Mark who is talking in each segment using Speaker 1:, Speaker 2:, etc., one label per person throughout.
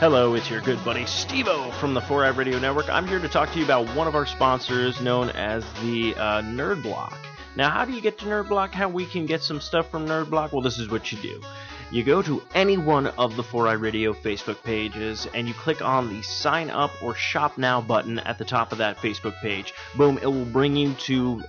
Speaker 1: Hello, it's your good buddy Stevo from the 4 Eye Radio Network. I'm here to talk to you about one of our sponsors known as the uh, Nerd Block. Now, how do you get to Nerd Block? How we can get some stuff from Nerd Block? Well, this is what you do. You go to any one of the 4 Eye Radio Facebook pages and you click on the sign up or shop now button at the top of that Facebook page. Boom, it will bring you to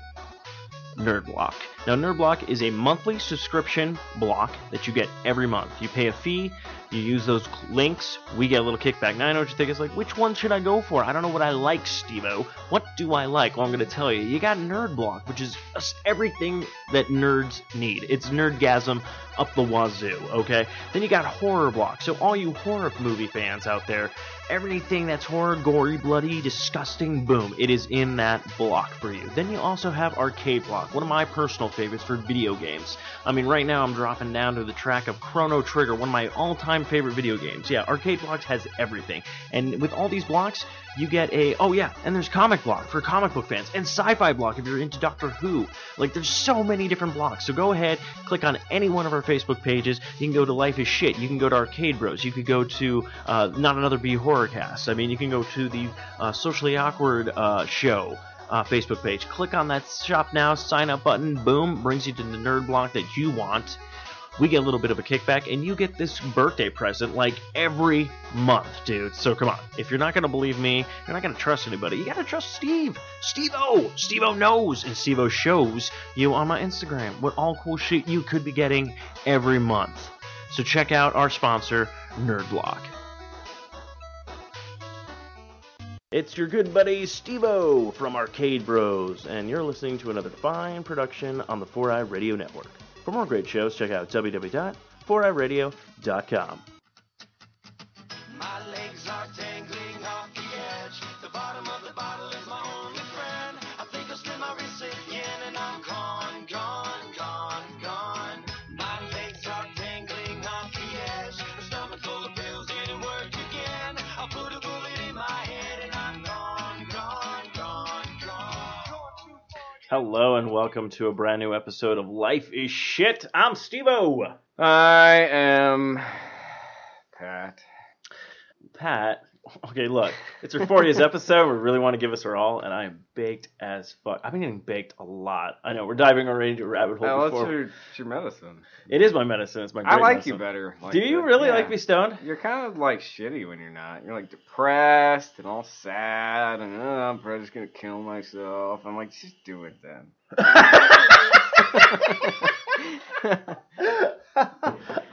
Speaker 1: NerdBlock. Now, NerdBlock is a monthly subscription block that you get every month. You pay a fee, you use those cl- links, we get a little kickback. Now, I know what you think. It's like, which one should I go for? I don't know what I like, Stevo. What do I like? Well, I'm going to tell you. You got NerdBlock, which is just everything that nerds need. It's nerdgasm up the wazoo, okay? Then you got Horror Block. So, all you horror movie fans out there, everything that's horror, gory, bloody, disgusting, boom, it is in that block for you. Then you also have Arcade Block, one of my personal favorites for video games. I mean, right now I'm dropping down to the track of Chrono Trigger, one of my all time favorite video games. Yeah, Arcade Blocks has everything. And with all these blocks, you get a. Oh, yeah, and there's Comic Block for comic book fans, and Sci Fi Block if you're into Doctor Who. Like, there's so many different blocks. So go ahead, click on any one of our Facebook pages. You can go to Life is Shit. You can go to Arcade Bros. You could go to uh, Not Another B Horrorcast. I mean, you can go to the uh, Socially Awkward uh, show uh, Facebook page. Click on that shop now, sign up button, boom, brings you to the nerd block that you want. We get a little bit of a kickback, and you get this birthday present like every month, dude. So come on. If you're not going to believe me, you're not going to trust anybody, you got to trust Steve. Steve O. Steve O knows, and Steve O shows you on my Instagram what all cool shit you could be getting every month. So check out our sponsor, Nerdblock. It's your good buddy Stevo from Arcade Bros, and you're listening to another fine production on the 4i Radio Network. For more great shows, check out www.4iradio.com.
Speaker 2: My legs are dangling off the edge. The bottom of the bottle is my only friend. I think I'll slim my wrist again and I'm gone, gone, gone, gone. My legs are dangling off the edge. The stomach full of pills didn't work again. I put a bullet in my head and I'm gone, gone, gone, gone.
Speaker 1: Hello, and welcome to a brand new episode of Life is Shit. I'm Stevo.
Speaker 3: I am Pat.
Speaker 1: Pat, okay, look, it's our 40th episode. We really want to give us our all, and I am baked as fuck. I've been getting baked a lot. I know, we're diving already into a rabbit hole
Speaker 3: Oh, that's
Speaker 1: before.
Speaker 3: your, it's your medicine.
Speaker 1: It is my medicine. It's my great
Speaker 3: I like
Speaker 1: medicine.
Speaker 3: you better. like
Speaker 1: Do you
Speaker 3: that.
Speaker 1: really
Speaker 3: Yeah.
Speaker 1: like me stoned?
Speaker 3: You're kind of like shitty when you're not. You're like depressed and all sad, and oh, I'm probably just gonna kill myself. I'm like, just do it then.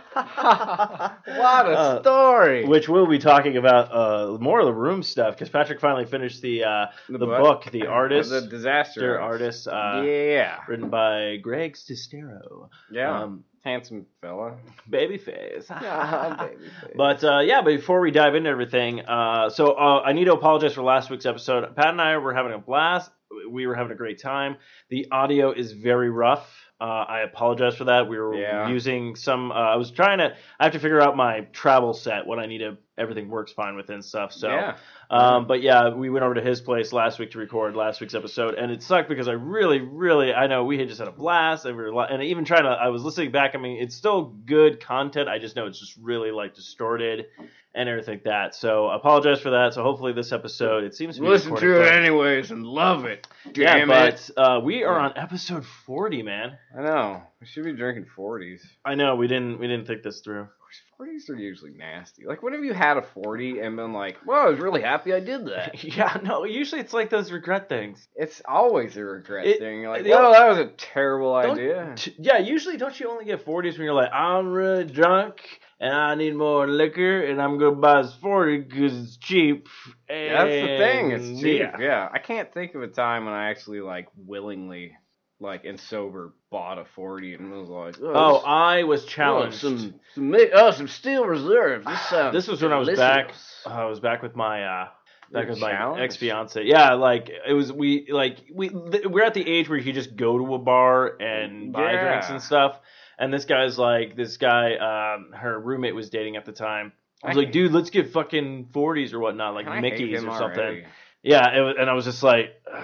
Speaker 3: what a
Speaker 1: Uh,
Speaker 3: story!
Speaker 1: Which we'll be talking about uh, more of the room stuff because Patrick finally finished the uh, the, book, The Artist,
Speaker 3: the disaster
Speaker 1: Dear Artist, uh,
Speaker 3: yeah,
Speaker 1: written by Greg Sestero.
Speaker 3: yeah,
Speaker 1: Um,
Speaker 3: handsome fella.
Speaker 1: Babyface.
Speaker 3: baby
Speaker 1: But uh, yeah, but before we dive into everything, uh, so uh, I need to apologize for last week's episode. Pat and I were having a blast. We were having a great time. The audio is very rough. Uh, I apologize for that. We were
Speaker 3: Yeah.
Speaker 1: using some. Uh, I was trying to. I have to figure out my travel set when I need to. Everything works fine with and stuff. So
Speaker 3: yeah,
Speaker 1: um, but yeah, we went over to his place last week to record last week's episode, and it sucked because I really, really, I know we had just had a blast, and we were, li- and even trying to, I was listening back. I mean, it's still good content. I just know it's just really like distorted and everything like that. So I apologize for that. So hopefully this episode, it seems to be
Speaker 3: listen
Speaker 1: recorded
Speaker 3: to it
Speaker 1: for-
Speaker 3: anyways and love it.
Speaker 1: Yeah,
Speaker 3: Damn it!
Speaker 1: but uh, we are on episode forty, man.
Speaker 3: I know we should be drinking forties.
Speaker 1: I know we didn't we didn't think this through.
Speaker 3: Forties are usually nasty. Like, when have you had a forty and been like, "Well, I was really happy I did that."
Speaker 1: yeah, no. Usually it's like those regret things.
Speaker 3: It's always a regret
Speaker 1: It-
Speaker 3: thing. You're like,
Speaker 1: the-
Speaker 3: "Well, that was a terrible
Speaker 1: Don't-
Speaker 3: idea."
Speaker 1: T- yeah, usually don't you only get 40s when you're like, I'm really drunk and I need more liquor and I'm going to buy this 40 because it's cheap.
Speaker 3: That's the thing.
Speaker 1: and
Speaker 3: It's cheap.
Speaker 1: yeah.
Speaker 3: Yeah. I can't think of a time when I actually like willingly, like and sober, bought a forty and was like,
Speaker 1: Oh, I was challenged.
Speaker 3: some, some oh some steel reserve. This sounds
Speaker 1: This was when I was back. Oh, I was back with my uh, back
Speaker 3: You're
Speaker 1: with my
Speaker 3: challenged?
Speaker 1: ex fiance. Yeah, like it was we like we th- we're at the age where you just go to a bar and buy
Speaker 3: Yeah.
Speaker 1: drinks and stuff. And this guy's like this guy, um, her roommate was dating at the time. I was
Speaker 3: I
Speaker 1: like,
Speaker 3: hate-
Speaker 1: dude, let's get fucking forties or whatnot, like
Speaker 3: And I hate
Speaker 1: Mickey's
Speaker 3: him
Speaker 1: or something.
Speaker 3: already.
Speaker 1: Yeah, it was, and I was just like,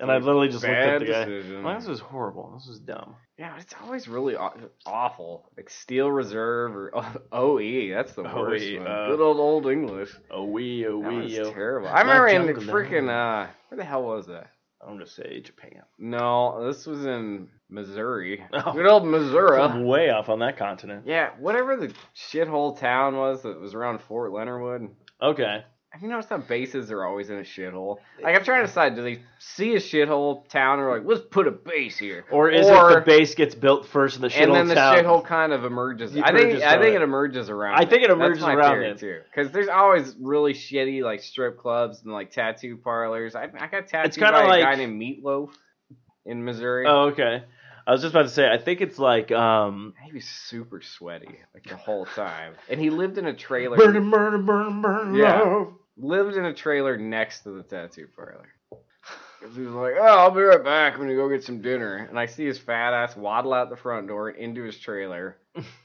Speaker 1: And I literally just looked
Speaker 3: Bad
Speaker 1: at the guy.
Speaker 3: decision.
Speaker 1: Well, this is horrible. This is dumb.
Speaker 3: Yeah, it's always really aw- awful. Like Steel Reserve or O- OE. That's the
Speaker 1: OE,
Speaker 3: worst one.
Speaker 1: uh,
Speaker 3: Good old old English.
Speaker 1: Oh wee, oh
Speaker 3: That
Speaker 1: wee,
Speaker 3: was
Speaker 1: oh.
Speaker 3: terrible. I remember in the
Speaker 1: Jungle
Speaker 3: freaking uh, where the hell was that?
Speaker 1: I'm gonna say Japan.
Speaker 3: No, this was in Missouri.
Speaker 1: Oh.
Speaker 3: Good old Missouri.
Speaker 1: I'm way off on that continent.
Speaker 3: Yeah, whatever the shithole town was that was around Fort Leonard Wood.
Speaker 1: Okay.
Speaker 3: Have you noticed how bases are always in a shithole? Like I'm trying to decide, do they see a shithole town or like let's put a base here,
Speaker 1: Or is it the base gets built first and the shit
Speaker 3: and then the
Speaker 1: town?
Speaker 3: shithole kind of emerges.
Speaker 1: You
Speaker 3: I think
Speaker 1: emerges
Speaker 3: I
Speaker 1: out of
Speaker 3: think
Speaker 1: it.
Speaker 3: it emerges around.
Speaker 1: I think it
Speaker 3: That's
Speaker 1: emerges
Speaker 3: my
Speaker 1: around
Speaker 3: theory,
Speaker 1: it.
Speaker 3: too. Because there's always really shitty like strip clubs and like tattoo parlors. I, I got tattooed
Speaker 1: kinda
Speaker 3: by
Speaker 1: like-
Speaker 3: a guy named Meatloaf in Missouri.
Speaker 1: Oh, okay. I was just about to say. I think it's like um.
Speaker 3: He was super sweaty like the whole time, and he lived in a trailer.
Speaker 1: Burn, it, burn, it, burn, it, burn, it,
Speaker 3: Yeah.
Speaker 1: love.
Speaker 3: lived in a trailer next to the tattoo parlor. 'Cause he was like, "Oh, I'll be right back. I'm gonna go get some dinner." And I see his fat ass waddle out the front door and into his trailer.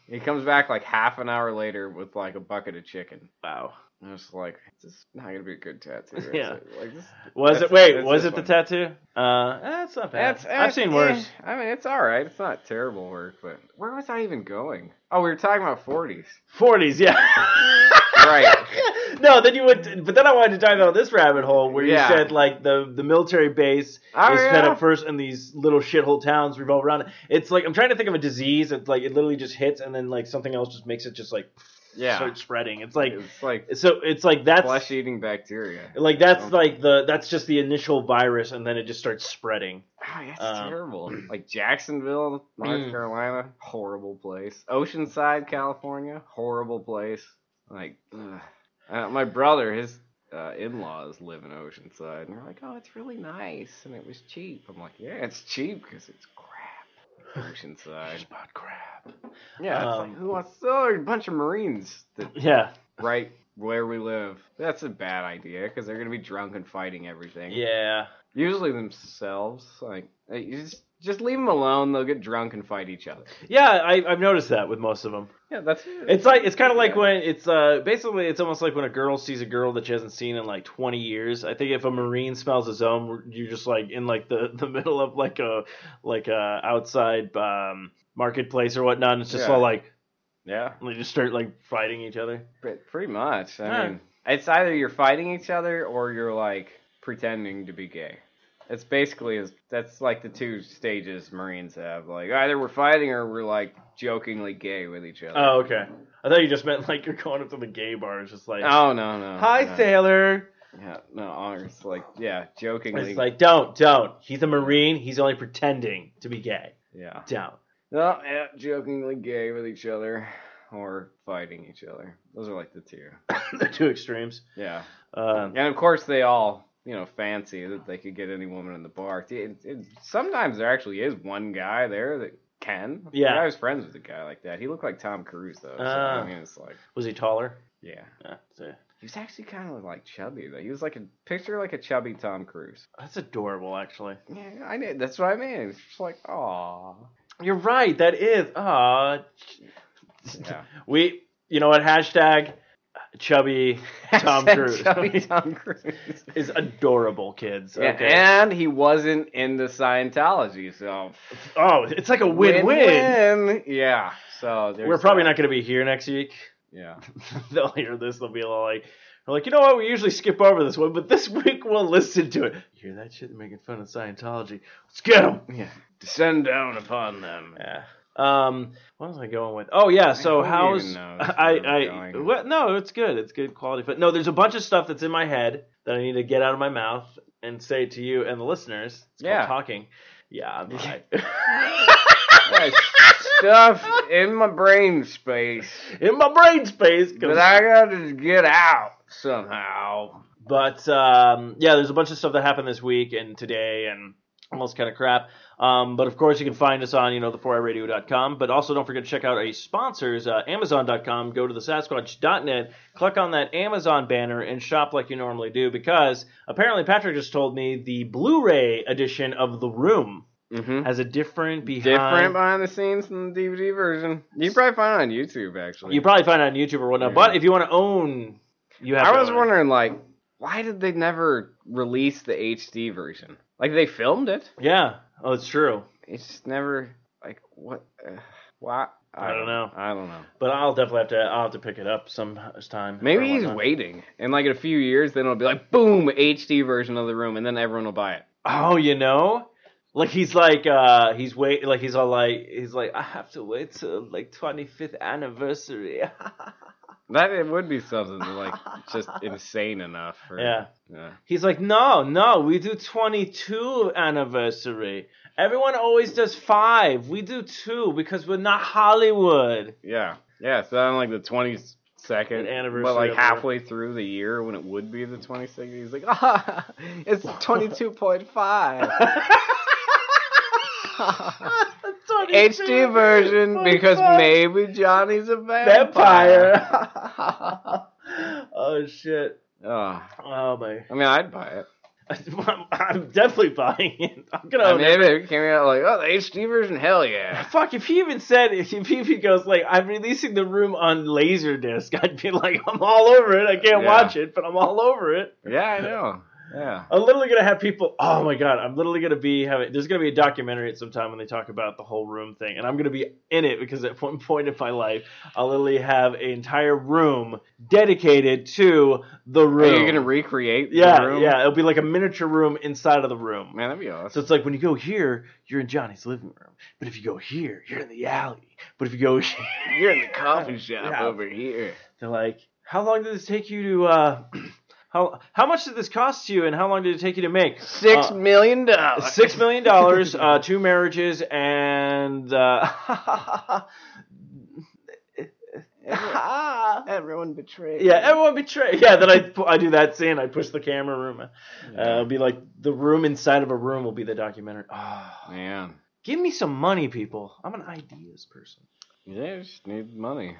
Speaker 3: he comes back like half an hour later with like a bucket of chicken.
Speaker 1: Wow.
Speaker 3: And I was like, "This is not gonna be a good tattoo." is
Speaker 1: Yeah.
Speaker 3: it? Like this.
Speaker 1: Was
Speaker 3: That's-
Speaker 1: it? Wait,
Speaker 3: that's
Speaker 1: was
Speaker 3: this
Speaker 1: it the
Speaker 3: one.
Speaker 1: tattoo? Uh, that's not bad.
Speaker 3: That's, eh,
Speaker 1: I've seen worse.
Speaker 3: I mean, it's all right. It's not terrible work, but where was I even going? Oh, we were talking about 40s.
Speaker 1: Forties, yeah.
Speaker 3: Right.
Speaker 1: no, then you went, but then I wanted to talk about this rabbit hole where
Speaker 3: Yeah.
Speaker 1: you said like the the military base
Speaker 3: Oh,
Speaker 1: is fed
Speaker 3: yeah.
Speaker 1: up first, and these little shithole towns revolve around it. It's like I'm trying to think of a disease. It's like it literally just hits, and then like something else just makes it just like
Speaker 3: Yeah.
Speaker 1: start spreading. It's like
Speaker 3: it's like
Speaker 1: so. It's like that's
Speaker 3: flesh-eating bacteria.
Speaker 1: like that's
Speaker 3: Okay.
Speaker 1: like the that's just the initial virus, and then it just starts spreading.
Speaker 3: Oh, that's
Speaker 1: Um,
Speaker 3: terrible. Like Jacksonville, North
Speaker 1: Mm.
Speaker 3: Carolina, horrible place. Oceanside, California, horrible place. Like, ugh. Uh, my brother, his uh, in-laws live in Oceanside, and they're like, "Oh, it's really nice, and it was cheap." I'm like, "Yeah, it's cheap because it's crap." Oceanside.
Speaker 1: Spot crap.
Speaker 3: Yeah, it's
Speaker 1: Um,
Speaker 3: like who wants? Oh, a bunch of Marines that
Speaker 1: Yeah,
Speaker 3: right where we live. That's a bad idea because they're gonna be drunk and fighting everything.
Speaker 1: yeah.
Speaker 3: Usually themselves. Like, uh, you just, just leave them alone. They'll get drunk and fight each other.
Speaker 1: Yeah, I, I've noticed that with most of them.
Speaker 3: Yeah, that's
Speaker 1: It's like it's kind of like
Speaker 3: Yeah.
Speaker 1: when it's uh basically it's almost like when a girl sees a girl that she hasn't seen in like 20 years. I think if a marine smells his own, you're just like in like the the middle of like a like a outside um marketplace or whatnot. And it's just
Speaker 3: Yeah.
Speaker 1: all like
Speaker 3: yeah,
Speaker 1: they just start like fighting each other.
Speaker 3: pre- pretty much. I
Speaker 1: Yeah.
Speaker 3: mean, it's either you're fighting each other or you're like pretending to be gay. It's basically is that's like the two stages Marines have. Like either we're fighting or we're like jokingly gay with each other.
Speaker 1: Oh, okay. I thought you just meant like you're going up to the gay bar. It's just like,
Speaker 3: Oh no no.
Speaker 1: hi
Speaker 3: no.
Speaker 1: sailor.
Speaker 3: Yeah, no, it's like yeah, jokingly.
Speaker 1: It's like don't don't. He's a marine. He's only pretending to be gay.
Speaker 3: yeah.
Speaker 1: Don't.
Speaker 3: No, yeah, jokingly gay with each other or fighting each other. Those are like the two.
Speaker 1: the two extremes.
Speaker 3: Yeah.
Speaker 1: Um,
Speaker 3: And of course, they all, you know, fancy that they could get any woman in the bar. It, it, sometimes there actually is one guy there that can.
Speaker 1: Yeah.
Speaker 3: Like, I was friends with a guy like that. He looked like Tom Cruise, though. So,
Speaker 1: Ah.
Speaker 3: I mean, it's like,
Speaker 1: was he taller?
Speaker 3: yeah.
Speaker 1: Yeah, so-
Speaker 3: He was actually kind of like chubby, though. He was like a picture like a chubby Tom Cruise.
Speaker 1: That's adorable, actually.
Speaker 3: Yeah, I know. That's what I mean. It's just like, aw.
Speaker 1: You're right. That is. Ah,
Speaker 3: Yeah.
Speaker 1: we. You know what? Hashtag chubby Tom Cruise.
Speaker 3: chubby Tom Cruise.
Speaker 1: is adorable, kids.
Speaker 3: Yeah,
Speaker 1: Okay.
Speaker 3: And he wasn't into Scientology, so
Speaker 1: oh, it's like a win-win.
Speaker 3: Win-win. Yeah. So there's
Speaker 1: We're probably
Speaker 3: that.
Speaker 1: not going to be here next week.
Speaker 3: Yeah.
Speaker 1: they'll hear this. They'll be all like, "We're like, you know what? We usually skip over this one, but this week we'll listen to it." You hear that shit? They're making fun of Scientology. Let's get them.
Speaker 3: Yeah. Descend down upon them.
Speaker 1: Yeah. Um, what was I going with? Oh yeah, so
Speaker 3: I don't
Speaker 1: how's
Speaker 3: even know
Speaker 1: I
Speaker 3: where we're
Speaker 1: I
Speaker 3: going.
Speaker 1: what, no, it's good. It's good quality. But no, there's a bunch of stuff that's in my head that I need to get out of my mouth and say to you and the listeners. It's called
Speaker 3: Yeah.
Speaker 1: talking. Yeah, I'm high.
Speaker 3: There's stuff in my brain space
Speaker 1: in my brain space. 'cause-
Speaker 3: that I gotta get out somehow.
Speaker 1: But um, yeah, there's a bunch of stuff that happened this week and today and all this kind of crap. Um, but of course, you can find us on you know the4iradio.com. But also, don't forget to check out our sponsors, uh, Amazon.com. Go to the Sasquatch.net, click on that Amazon banner, and shop like you normally do. Because apparently, Patrick just told me the Blu-ray edition of The Room
Speaker 3: Mm-hmm.
Speaker 1: has a different behind.
Speaker 3: Different behind the scenes than the DVD version. You can probably find it on YouTube, actually.
Speaker 1: You probably find it on YouTube or whatnot.
Speaker 3: uh, Yeah.
Speaker 1: But if you want to own, you have.
Speaker 3: I
Speaker 1: to
Speaker 3: was
Speaker 1: own it.
Speaker 3: wondering, like, why did they never release the HD version? Like they filmed it.
Speaker 1: Yeah. Oh, it's true.
Speaker 3: It's just never like what. Uh, why?
Speaker 1: I don't know.
Speaker 3: I don't know.
Speaker 1: But I'll definitely have to. I'll have to pick it up sometime. or
Speaker 3: Maybe he's
Speaker 1: whatnot.
Speaker 3: waiting, and like in a few years, then it'll be like boom, HD version of the room, and then everyone will buy it.
Speaker 1: Oh, you know, like he's like uh he's wait like he's all like he's like I have to wait till like 25th anniversary.
Speaker 3: That it would be something like just insane enough. For,
Speaker 1: Yeah.
Speaker 3: yeah.
Speaker 1: He's like, no, no, we do 22 anniversary. Everyone always does five. We do two because we're not Hollywood.
Speaker 3: Yeah. Yeah. So on like the twenty second
Speaker 1: An anniversary
Speaker 3: but like
Speaker 1: of
Speaker 3: halfway through the year when it would be the twenty second, he's like, ah, it's twenty two point five HD
Speaker 1: 22.
Speaker 3: version
Speaker 1: Oh,
Speaker 3: because
Speaker 1: fuck.
Speaker 3: maybe Johnny's a vampire.
Speaker 1: vampire. oh shit.
Speaker 3: oh,
Speaker 1: Oh my.
Speaker 3: I mean, I'd buy it.
Speaker 1: I'm definitely buying it. I'm gonna.
Speaker 3: I
Speaker 1: own
Speaker 3: mean, if it came out like, oh, the HD version, hell yeah.
Speaker 1: Fuck, if he even said, if he, if he goes, like, I'm releasing the room on Laserdisc, I'd be like, I'm all over it. I can't
Speaker 3: Yeah.
Speaker 1: watch it, but I'm all over it.
Speaker 3: Yeah, I know. Yeah.
Speaker 1: I'm literally going to have people, oh my God, I'm literally going to be having, there's going to be a documentary at some time when they talk about the whole room thing, and I'm going to be in it because at one point in my life, I'll literally have an entire room dedicated to the
Speaker 3: Are
Speaker 1: room.
Speaker 3: you gonna recreate? the
Speaker 1: yeah,
Speaker 3: room?
Speaker 1: yeah. It'll be like a miniature room inside of the room.
Speaker 3: Man, that'd be
Speaker 1: So
Speaker 3: awesome.
Speaker 1: it's like when you go here, you're in Johnny's living room. But if you go here, you're in the alley. But if you go here,
Speaker 3: You're in the coffee shop
Speaker 1: Yeah.
Speaker 3: over here.
Speaker 1: they're like, how long did this take you to? uh How how much did this cost you, and how long did it take you to make?
Speaker 3: Six
Speaker 1: Uh,
Speaker 3: million dollars.
Speaker 1: Six million dollars, uh, two marriages, and uh, yeah,
Speaker 3: Everyone betrayed.
Speaker 1: everyone betrayed. Yeah, then I pu- I do that scene. I push the camera room. Uh, it'll be like the room inside of a room will be the documentary. Oh,
Speaker 3: Man,
Speaker 1: give me some money, people. I'm an ideas person.
Speaker 3: yeah, just need money.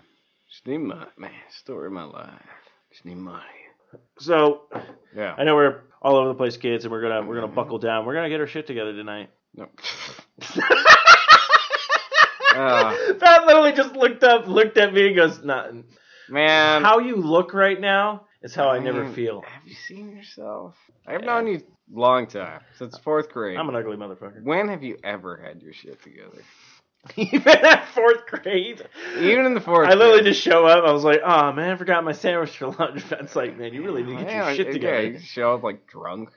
Speaker 3: Just need money, man. Story of my life. Just need money.
Speaker 1: So
Speaker 3: Yeah.
Speaker 1: I know we're all over the place, kids, and we're gonna we're
Speaker 3: Mm-hmm.
Speaker 1: gonna buckle down. We're gonna get our shit together tonight.
Speaker 3: No. Ah,
Speaker 1: Pat literally just looked up, looked at me, and goes, "Nah,
Speaker 3: man. Mm.
Speaker 1: how you look right now is how I never
Speaker 3: Man,
Speaker 1: feel."
Speaker 3: Have you seen yourself? I've known you long time since fourth grade.
Speaker 1: I'm an ugly motherfucker.
Speaker 3: when have you ever had your shit together?
Speaker 1: Even at fourth grade,
Speaker 3: Even in the fourth.
Speaker 1: I literally
Speaker 3: grade.
Speaker 1: just show up. I was like, "Oh man, I forgot my sandwich for lunch." That's like, man, you really need to get
Speaker 3: Yeah,
Speaker 1: your shit together.
Speaker 3: Yeah, you show up like drunk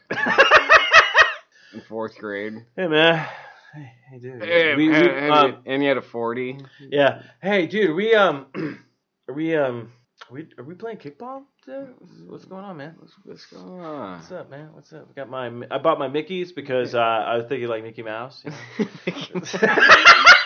Speaker 3: in fourth grade.
Speaker 1: Hey man, hey, hey dude,
Speaker 3: Hey,
Speaker 1: We- we-
Speaker 3: and, and
Speaker 1: um,
Speaker 3: you, and you had a forty.
Speaker 1: yeah, hey dude, we um, are we um, are we are we playing kickball? Today? What's going on, man?
Speaker 3: What's, what's going on?
Speaker 1: What's up, man? What's up? I got my I bought my Mickey's because uh, I was thinking like Mickey Mouse. you know?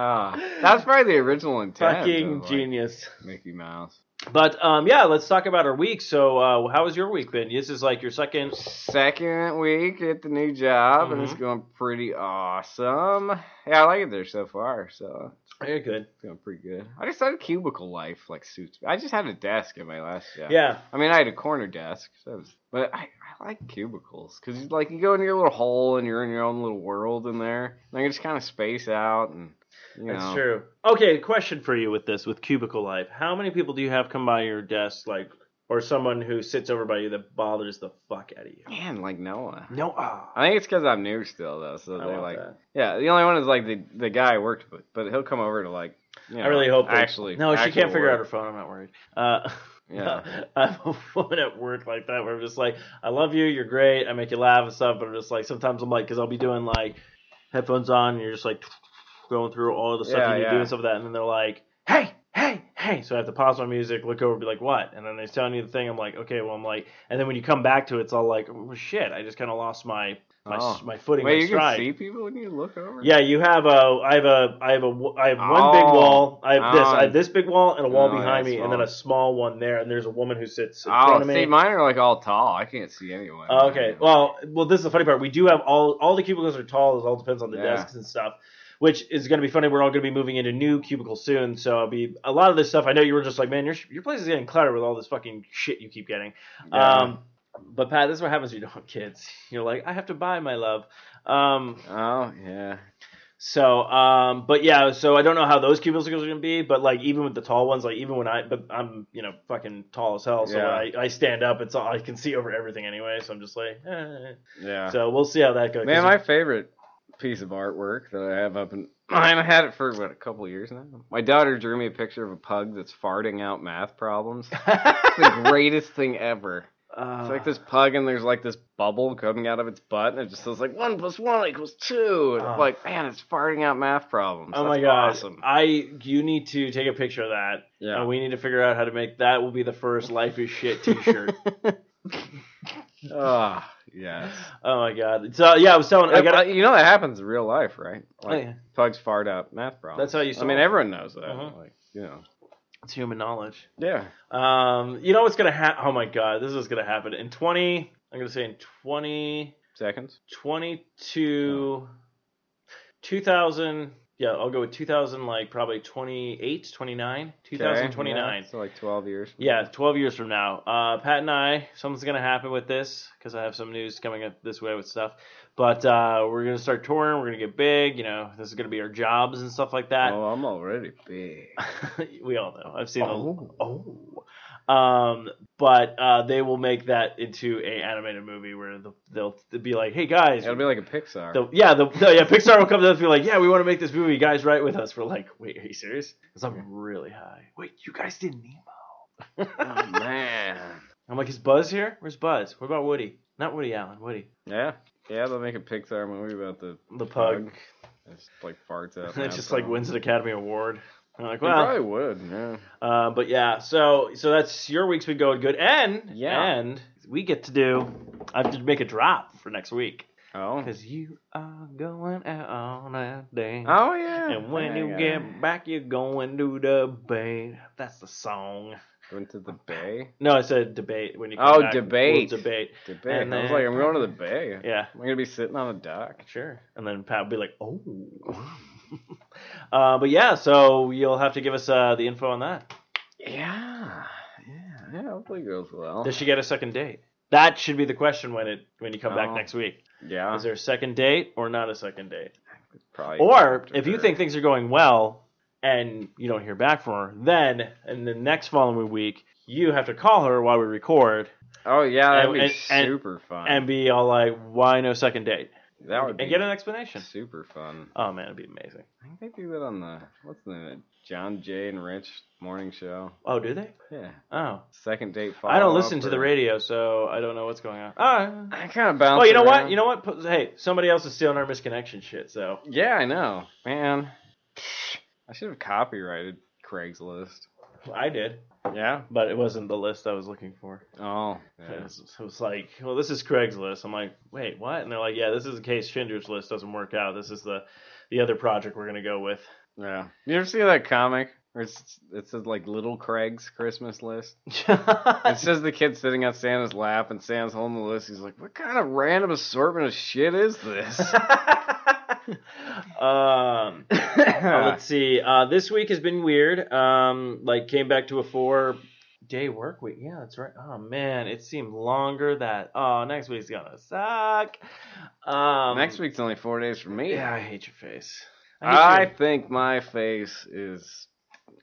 Speaker 3: Ah, that's probably the original intent. of,
Speaker 1: Fucking
Speaker 3: like,
Speaker 1: genius.
Speaker 3: Mickey Mouse.
Speaker 1: But um, yeah, let's talk about our week. So, uh, how has your week been? This is like your second.
Speaker 3: Second week at the new job, and it's
Speaker 1: Mhm.
Speaker 3: going pretty awesome. Yeah, I like it there so far. So
Speaker 1: Very good.
Speaker 3: it's going pretty good. I decided cubicle life like suits me. I just had a desk at my last job.
Speaker 1: Yeah.
Speaker 3: I mean, I had a corner desk, so that was, but I, I like cubicles because like you go into your little hole and you're in your own little world in there. And I can just kind of space out and you know.
Speaker 1: That's true. Okay, question for you with this, with Cubicle Life. How many people do you have come by your desk, like, or someone who sits over by you that bothers the fuck out of you?
Speaker 3: Man, like Noah.
Speaker 1: No. ah.
Speaker 3: I think it's because I'm new still though, so
Speaker 1: I
Speaker 3: they're
Speaker 1: want
Speaker 3: like,
Speaker 1: that.
Speaker 3: yeah. The only one is like the the guy I worked with, but he'll come over to like. You know,
Speaker 1: I really hope. they-
Speaker 3: actually.
Speaker 1: No, she
Speaker 3: actual
Speaker 1: can't figure out her
Speaker 3: work.
Speaker 1: phone. I'm not worried. Uh,
Speaker 3: Yeah.
Speaker 1: I'm a woman at work like that where I'm just like, I love you, you're great, I make you laugh and stuff, but I'm just like, sometimes I'm like, because I'll be doing like headphones on and you're just like going through all the stuff
Speaker 3: Yeah,
Speaker 1: you need
Speaker 3: yeah.
Speaker 1: to do and stuff like that, and then they're like, hey, hey, hey. So I have to pause my music, look over, be like, what? And then they're telling you the thing, I'm like, okay, well, I'm like, and then when you come back to it, it's all like, oh, shit, I just kind of lost my. My, s
Speaker 3: Oh.
Speaker 1: my footing,
Speaker 3: Wait,
Speaker 1: my
Speaker 3: you
Speaker 1: stride.
Speaker 3: can see people when you look over.
Speaker 1: Yeah, you have a. I have a. I have a. w- I have one big
Speaker 3: Oh.
Speaker 1: wall. I have this. I
Speaker 3: Oh.
Speaker 1: have this big wall and a wall
Speaker 3: Oh, yeah,
Speaker 1: behind me,
Speaker 3: small.
Speaker 1: and then a small one there. And there's a woman who sits in
Speaker 3: Oh,
Speaker 1: front of
Speaker 3: see,
Speaker 1: me.
Speaker 3: mine are like all tall. I can't see anyone.
Speaker 1: Oh, okay. Well, well, this is the funny part. We do have all. All the cubicles are tall. It all depends on the
Speaker 3: Yeah.
Speaker 1: desks and stuff. Which is going to be funny. We're all going to be moving into new cubicles soon, so I'll be a lot of this stuff. I know you were just like, man, your sh- your place is getting cluttered with all this fucking shit you keep getting.
Speaker 3: Yeah.
Speaker 1: Um, but Pat, this is what happens when you don't have kids. You're like, I have to buy my love. Um,
Speaker 3: Oh yeah.
Speaker 1: So, um, but yeah, so I don't know how those cubicles are gonna be, but like even with the tall ones, like even when I, but I'm you know fucking tall as hell, so when I, I stand up, it's all I can see over everything anyway. So I'm just like, eh.
Speaker 3: Yeah.
Speaker 1: so we'll see how that goes.
Speaker 3: Man,
Speaker 1: 'Cause
Speaker 3: my favorite piece of artwork that I have up in mine, I had it for what a couple of years now. My daughter drew me a picture of a pug that's farting out math problems. It's the greatest thing ever.
Speaker 1: uh,
Speaker 3: It's like this pug, and there's like this bubble coming out of its butt, and it just says like one plus one equals two. And
Speaker 1: Oh.
Speaker 3: I'm like, man, it's farting out math problems.
Speaker 1: Oh
Speaker 3: That's
Speaker 1: my god!
Speaker 3: awesome.
Speaker 1: I you need to take a picture of that,
Speaker 3: Yeah.
Speaker 1: and we need to figure out how to make that. Will be the first life is shit T-shirt.
Speaker 3: Ah, yes.
Speaker 1: oh my god! So yeah, I was telling. I
Speaker 3: That-
Speaker 1: got.
Speaker 3: you know that happens in real life, right?
Speaker 1: Oh,
Speaker 3: Like
Speaker 1: yeah.
Speaker 3: pugs fart out math problems.
Speaker 1: That's how you
Speaker 3: I
Speaker 1: solve
Speaker 3: mean,
Speaker 1: it.
Speaker 3: everyone knows that.
Speaker 1: Uh-huh.
Speaker 3: Like, you know.
Speaker 1: It's human knowledge.
Speaker 3: Yeah.
Speaker 1: Um, you know what's gonna happen? Oh my god, this is gonna happen in twenty. I'm gonna say in twenty
Speaker 3: Seconds.
Speaker 1: twenty two, two thousand. Yeah, I'll go with two thousand, like probably 28, 29,
Speaker 3: Okay,
Speaker 1: 2029.
Speaker 3: Yeah, so like twelve years.
Speaker 1: Yeah, 12 years from now. Uh, Pat and I, something's going to happen with this because I have some news coming up this way with stuff. But uh, we're going to start touring. We're going to get big. You know, this is going to be our jobs and stuff like that.
Speaker 3: Oh, I'm already big.
Speaker 1: we all know. I've seen the
Speaker 3: Oh.
Speaker 1: Oh. Um, but uh, they will make that into a animated movie where the, they'll be like, "Hey guys,
Speaker 3: It'll be like a Pixar.
Speaker 1: the, yeah, the, the- yeah, Pixar will come to us and be like, "Yeah, we want to make this movie. You guys, write with us." We're like, "Wait, are you serious?" Because I'm really high. Wait, you guys did Nemo?
Speaker 3: oh man.
Speaker 1: I'm like, "Is Buzz here? Where's Buzz? What about Woody? Not Woody Allen. Woody
Speaker 3: Yeah. Yeah, they'll make a Pixar movie about the
Speaker 1: the pug."
Speaker 3: It's like farts out.
Speaker 1: That
Speaker 3: math
Speaker 1: just like
Speaker 3: problems.
Speaker 1: wins an Academy Award. I'm like,
Speaker 3: They
Speaker 1: well,
Speaker 3: probably would. Yeah.
Speaker 1: uh, but yeah. So, so that's your week's been going good, and
Speaker 3: Yeah.
Speaker 1: and we get to do. I have to make a drop for next week.
Speaker 3: Oh.
Speaker 1: Cause you are going out on a date.
Speaker 3: Oh yeah.
Speaker 1: And when
Speaker 3: Yeah,
Speaker 1: you
Speaker 3: yeah.
Speaker 1: get back, you're going to debate. That's the song.
Speaker 3: went to the bay.
Speaker 1: No, I said debate when you. Come
Speaker 3: Oh,
Speaker 1: back,
Speaker 3: debate.
Speaker 1: we'll debate.
Speaker 3: The bay.
Speaker 1: And
Speaker 3: I was
Speaker 1: then-
Speaker 3: like, I'm going to the bay.
Speaker 1: Yeah,
Speaker 3: Am I gonna be sitting on a dock?
Speaker 1: sure. And then Pat would be like, "Oh." uh, but yeah, so you'll have to give us uh, the info on that.
Speaker 3: Yeah. Yeah. Yeah. Hopefully it goes well.
Speaker 1: Does she get a second date? That should be the question when it when you come back
Speaker 3: Oh.
Speaker 1: next week.
Speaker 3: yeah.
Speaker 1: Is there a second date or not a second date?
Speaker 3: probably.
Speaker 1: Or
Speaker 3: after
Speaker 1: if you
Speaker 3: her.
Speaker 1: think things are going well and you don't hear back from her, then in the next following week you have to call her while we record
Speaker 3: Oh yeah, that'd
Speaker 1: and-
Speaker 3: be
Speaker 1: and- and-
Speaker 3: super fun.
Speaker 1: and be all like, "Why no second date?"
Speaker 3: that would be
Speaker 1: and get an explanation.
Speaker 3: super fun.
Speaker 1: Oh man, it'd be amazing.
Speaker 3: I think they do that on the what's the name of it? John Jay and Rich morning show.
Speaker 1: Oh, do they?
Speaker 3: Yeah.
Speaker 1: Oh,
Speaker 3: Second date.
Speaker 1: I don't
Speaker 3: follow-up
Speaker 1: listen to the
Speaker 3: or-
Speaker 1: radio, so I don't know what's going on. Ah.
Speaker 3: I kind of bounce.
Speaker 1: Oh, you know what?
Speaker 3: around.
Speaker 1: You know what? Put- Hey, somebody else is stealing our misconnection shit. So
Speaker 3: Yeah, I know, man. I should have copyrighted Craigslist.
Speaker 1: I did,
Speaker 3: Yeah.
Speaker 1: but it wasn't the list I was looking for.
Speaker 3: Oh.
Speaker 1: It,
Speaker 3: Yeah.
Speaker 1: was, it was like, well, this is Craigslist. I'm like, wait, what? And they're like, yeah, this is in case Schindler's List doesn't work out. This is the the other project we're gonna go with.
Speaker 3: yeah. You ever see that comic? Where it's, it says like Little Craig's Christmas list. It says the kid sitting on Santa's lap, and Santa's holding the list. He's like, "What kind of random assortment of shit is this?"
Speaker 1: um, uh, let's see. Uh, this week has been weird. Um, like came back to a four day work week. Yeah, that's right. Oh man, it seemed longer. That oh, next week's gonna suck. Um,
Speaker 3: Next week's only four days for me.
Speaker 1: Yeah, I hate your face.
Speaker 3: I
Speaker 1: hate
Speaker 3: think my face is.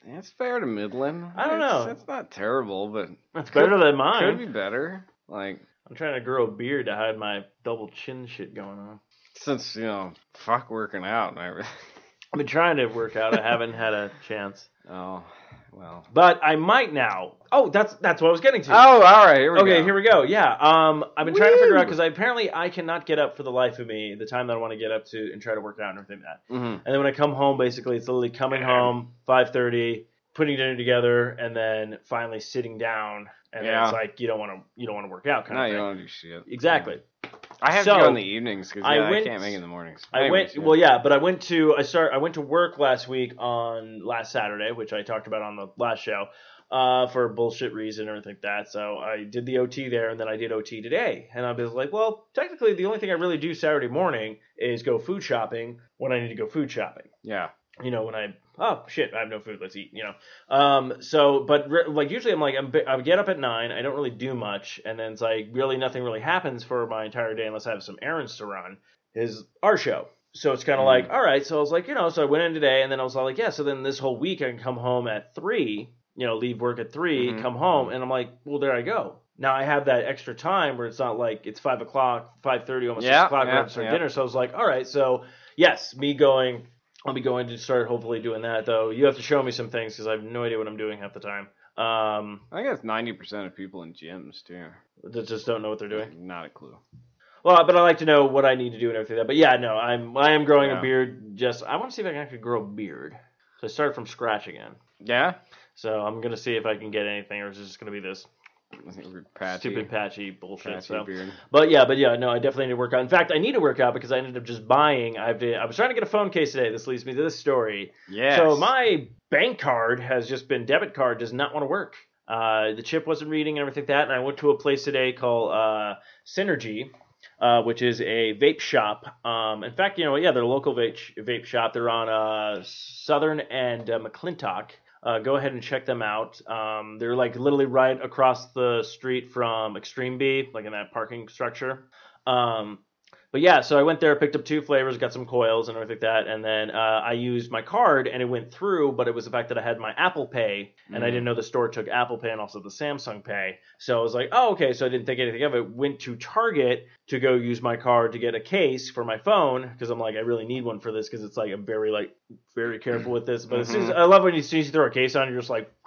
Speaker 3: It's fair to middling.
Speaker 1: I don't
Speaker 3: It's-
Speaker 1: know.
Speaker 3: It's not terrible, but
Speaker 1: your- It's better than mine.
Speaker 3: could be better. Like
Speaker 1: I'm trying to grow a beard to hide my double chin shit going on.
Speaker 3: since you know, fuck working out and everything.
Speaker 1: I've been trying to work out. I haven't had a chance,
Speaker 3: Oh, well.
Speaker 1: but I might now. Oh, that's that's what I was getting to.
Speaker 3: Oh, all right. Here we
Speaker 1: okay,
Speaker 3: go.
Speaker 1: here we go. Yeah. Um, I've been trying to figure out
Speaker 3: Woo!
Speaker 1: because I apparently I cannot get up for the life of me the time that I want to get up to and try to work out and everything like that.
Speaker 3: Mhm.
Speaker 1: And then when I come home, basically it's literally coming home five thirty, putting dinner together, and then finally sitting down. And then
Speaker 3: Yeah.
Speaker 1: it's like you don't want to you don't want to work out kind
Speaker 3: No,
Speaker 1: of
Speaker 3: you
Speaker 1: thing.
Speaker 3: don't wanna do shit.
Speaker 1: Exactly.
Speaker 3: I have
Speaker 1: So,
Speaker 3: to go in the evenings because
Speaker 1: I
Speaker 3: yeah, I,
Speaker 1: went-
Speaker 3: can't make it in the mornings.
Speaker 1: I
Speaker 3: Anyways,
Speaker 1: went well, yeah, but I went to I start I went to work last week on last Saturday, which I talked about on the last show, uh, for a bullshit reason or anything like that. So I did the OT there, and then I did OT today, and I was like, well, technically the only thing I really do Saturday morning is go food shopping when I need to go food shopping.
Speaker 3: yeah.
Speaker 1: You know, when I oh shit, I have no food, let's eat. You know, um, so but re- like usually I'm like I'm bi- I get up at nine, I don't really do much, and then it's like really nothing really happens for my entire day unless I have some errands to run. Is our show. So it's
Speaker 3: Mm.
Speaker 1: kind of like, all right. So I was like, you know, so I went in today, and then I was all like, yeah. So then this whole week I can come home at three, you know, leave work at 3
Speaker 3: Mhm.
Speaker 1: come home, and I'm like, well, there I go. Now I have that extra time where it's not like it's five o'clock, five thirty, almost
Speaker 3: Yeah,
Speaker 1: six o'clock,
Speaker 3: yeah,
Speaker 1: right after
Speaker 3: yeah.
Speaker 1: dinner. So I was like, all right. So yes, me going, I'll be going to start hopefully doing that though. You have to show me some things because I have no idea what I'm doing half the time. Um,
Speaker 3: I think that's ninety percent of people in gyms too.
Speaker 1: that just don't know what they're doing.
Speaker 3: Not a clue.
Speaker 1: Well, but I like to know what I need to do and everything like that. But yeah, no, I'm I am growing
Speaker 3: Yeah.
Speaker 1: a beard. Just I want to see if I can actually grow a beard. So I started from scratch again.
Speaker 3: Yeah,
Speaker 1: So I'm gonna see if I can get anything, or is it just gonna be this
Speaker 3: I think we're patchy,
Speaker 1: stupid patchy bullshit?
Speaker 3: patchy
Speaker 1: so,
Speaker 3: beard.
Speaker 1: but yeah, but yeah, no, I definitely need to work out. In fact, I need to work out because I ended up just buying. I've I was trying to get a phone case today. This leads me to this story.
Speaker 3: Yes.
Speaker 1: So my bank card has just been debit card does not want to work. Uh, the chip wasn't reading and everything like that. And I went to a place today called uh, Synergy, uh, which is a vape shop. Um, in fact, you know, yeah, they're a local vape, vape shop. They're on uh, Southern and uh, McClintock. Uh, go ahead and check them out. Um, they're like literally right across the street from Extreme B, like in that parking structure. Um, but yeah, so I went there, picked up two flavors, got some coils and everything like that, and then uh, I used my card and it went through. But it was the fact that I had my Apple Pay and I
Speaker 3: Mhm.
Speaker 1: didn't know the store took Apple Pay and also the Samsung Pay. So I was like, oh okay. So I didn't think anything of it. Went to Target to go use my card to get a case for my phone because I'm like, I really need one for this because it's like I'm very like very careful with this. But as soon as
Speaker 3: Mhm.
Speaker 1: I love when you, as soon as you throw a case on, you're just like,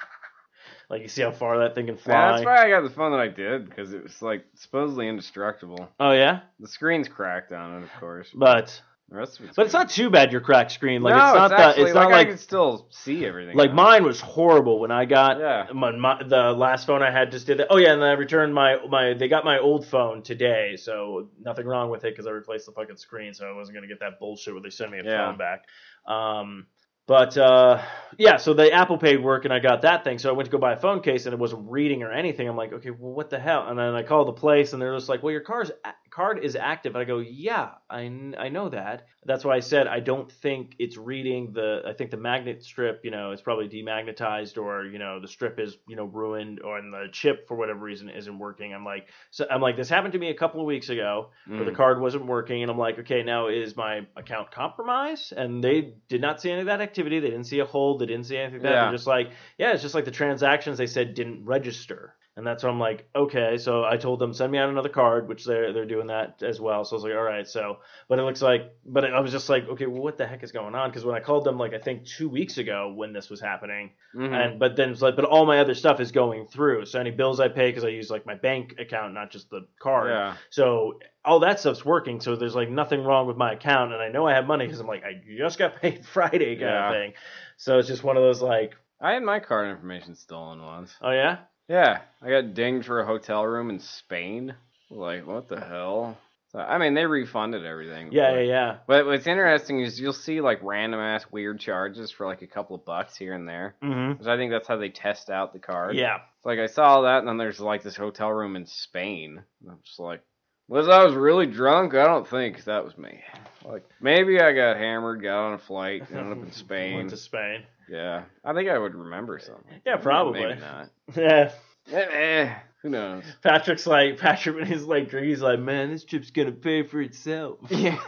Speaker 1: like you see how far that thing can fly.
Speaker 3: Yeah, that's why I got the phone that I did because it was like supposedly indestructible.
Speaker 1: Oh yeah,
Speaker 3: The screen's cracked on it, of course.
Speaker 1: but
Speaker 3: the rest of it's
Speaker 1: but it's
Speaker 3: good.
Speaker 1: not too bad. Your cracked screen, like
Speaker 3: no,
Speaker 1: it's not that
Speaker 3: actually,
Speaker 1: it's not
Speaker 3: like,
Speaker 1: like
Speaker 3: I can still see everything.
Speaker 1: Like
Speaker 3: on it.
Speaker 1: mine was horrible when I got
Speaker 3: Yeah.
Speaker 1: my, my the last phone I had just did that. Oh yeah, and then I returned my my they got my old phone today, so nothing wrong with it because I replaced the fucking screen, so I wasn't gonna get that bullshit where they sent me a
Speaker 3: Yeah.
Speaker 1: phone back. Um, but uh, yeah, so the Apple Pay worked and I got that thing. So I went to go buy a phone case and it wasn't reading or anything. I'm like, okay, well, what the hell? And then I call the place and they're just like, well, your car's a- card is active. And I go, yeah, I, kn- I know that. That's why I said I don't think it's reading the. I think the magnet strip, you know, it's probably demagnetized or you know the strip is you know ruined or and the chip for whatever reason isn't working. I'm like, so I'm like, this happened to me a couple of weeks ago
Speaker 3: Mm.
Speaker 1: or the card wasn't working and i'm like okay now is my account compromised and they did not see any of that activity they didn't see a hold they didn't see anything like that
Speaker 3: Yeah.
Speaker 1: they're just like yeah it's just like the transactions they said didn't register and that's why i'm like okay so i told them send me out another card which they're they're doing that as well so i was like all right so but it looks like but i was just like okay well what the heck is going on because when i called them like i think two weeks ago when this was happening
Speaker 3: Mhm.
Speaker 1: and but then it's like but all my other stuff is going through so any bills i pay because i use like my bank account not just the card
Speaker 3: Yeah.
Speaker 1: so all that stuff's working. So there's like nothing wrong with my account, and I know I have money because I'm like I just got paid Friday kind
Speaker 3: Yeah.
Speaker 1: of thing. So it's just one of those like,
Speaker 3: I had my card information stolen once.
Speaker 1: oh yeah,
Speaker 3: Yeah, I got dinged for a hotel room in Spain. Like, what the hell? So, I mean, they refunded everything.
Speaker 1: yeah, yeah,
Speaker 3: but-
Speaker 1: yeah.
Speaker 3: But what's interesting is you'll see like random ass weird charges for like a couple of bucks here and there.
Speaker 1: Mm-hmm.
Speaker 3: 'Cause I think that's how they test out the card.
Speaker 1: Yeah,
Speaker 3: It's like I saw that, and then there's like this hotel room in Spain. And I'm just like, was I was really drunk? I don't think that was me. Like maybe I got hammered, got on a flight, and ended up in Spain.
Speaker 1: Went to Spain.
Speaker 3: Yeah, I think I would remember something.
Speaker 1: Yeah, probably.
Speaker 3: Maybe not.
Speaker 1: Yeah,
Speaker 3: Eh, eh, who knows?
Speaker 1: Patrick's like Patrick when he's like drinking, he's like, man, this trip's gonna pay for itself.
Speaker 3: Yeah.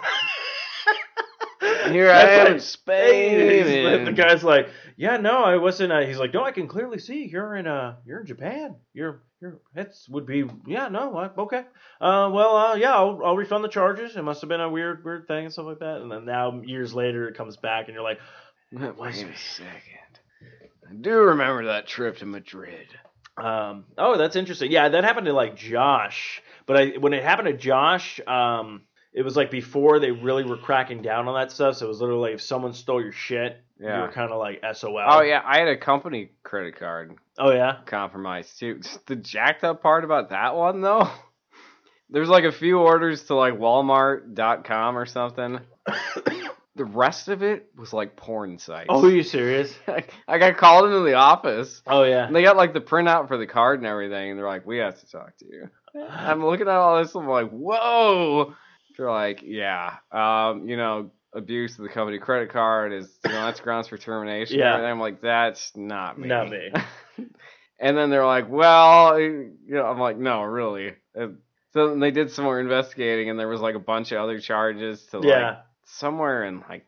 Speaker 3: Here I
Speaker 1: That's
Speaker 3: am
Speaker 1: like-
Speaker 3: in
Speaker 1: Hey,
Speaker 3: Spain.
Speaker 1: he's like-
Speaker 3: and-
Speaker 1: the guy's like, yeah, no, I wasn't. Uh, he's like, no, I can clearly see you're in uh, you're in Japan. You're you're that's would be yeah, no, I, okay. Uh, well, uh, yeah, I'll, I'll refund the charges. It must have been a weird weird thing and stuff like that. And then now years later, it comes back and you're like,
Speaker 3: Wait a second. I do remember that trip to Madrid.
Speaker 1: Um, oh, that's interesting. Yeah, that happened to like Josh, but I when it happened to Josh, um, it was like before they really were cracking down on that stuff. So it was literally like if someone stole your shit, you
Speaker 3: Yeah.
Speaker 1: were kind of like SOL.
Speaker 3: Oh yeah, I had a company credit card
Speaker 1: Oh yeah.
Speaker 3: compromised too. The jacked up part about that one though, there's like a few orders to like Walmart.com or something. The rest of it was like porn sites.
Speaker 1: Oh, are you serious?
Speaker 3: Like, I got called into the office.
Speaker 1: Oh yeah.
Speaker 3: And they got like the printout for the card and everything, and they're like, "We have to talk to you." I'm looking at all this, I'm like, "Whoa!" They're like, "Yeah, um, you know, abuse of the company credit card is, you know, that's grounds for termination."
Speaker 1: Yeah.
Speaker 3: and I'm like, "That's not me."
Speaker 1: Not me.
Speaker 3: and then they're like, "Well," you know, I'm like, "No, really." And so then they did some more investigating, and there was like a bunch of other charges to like
Speaker 1: yeah.
Speaker 3: somewhere in like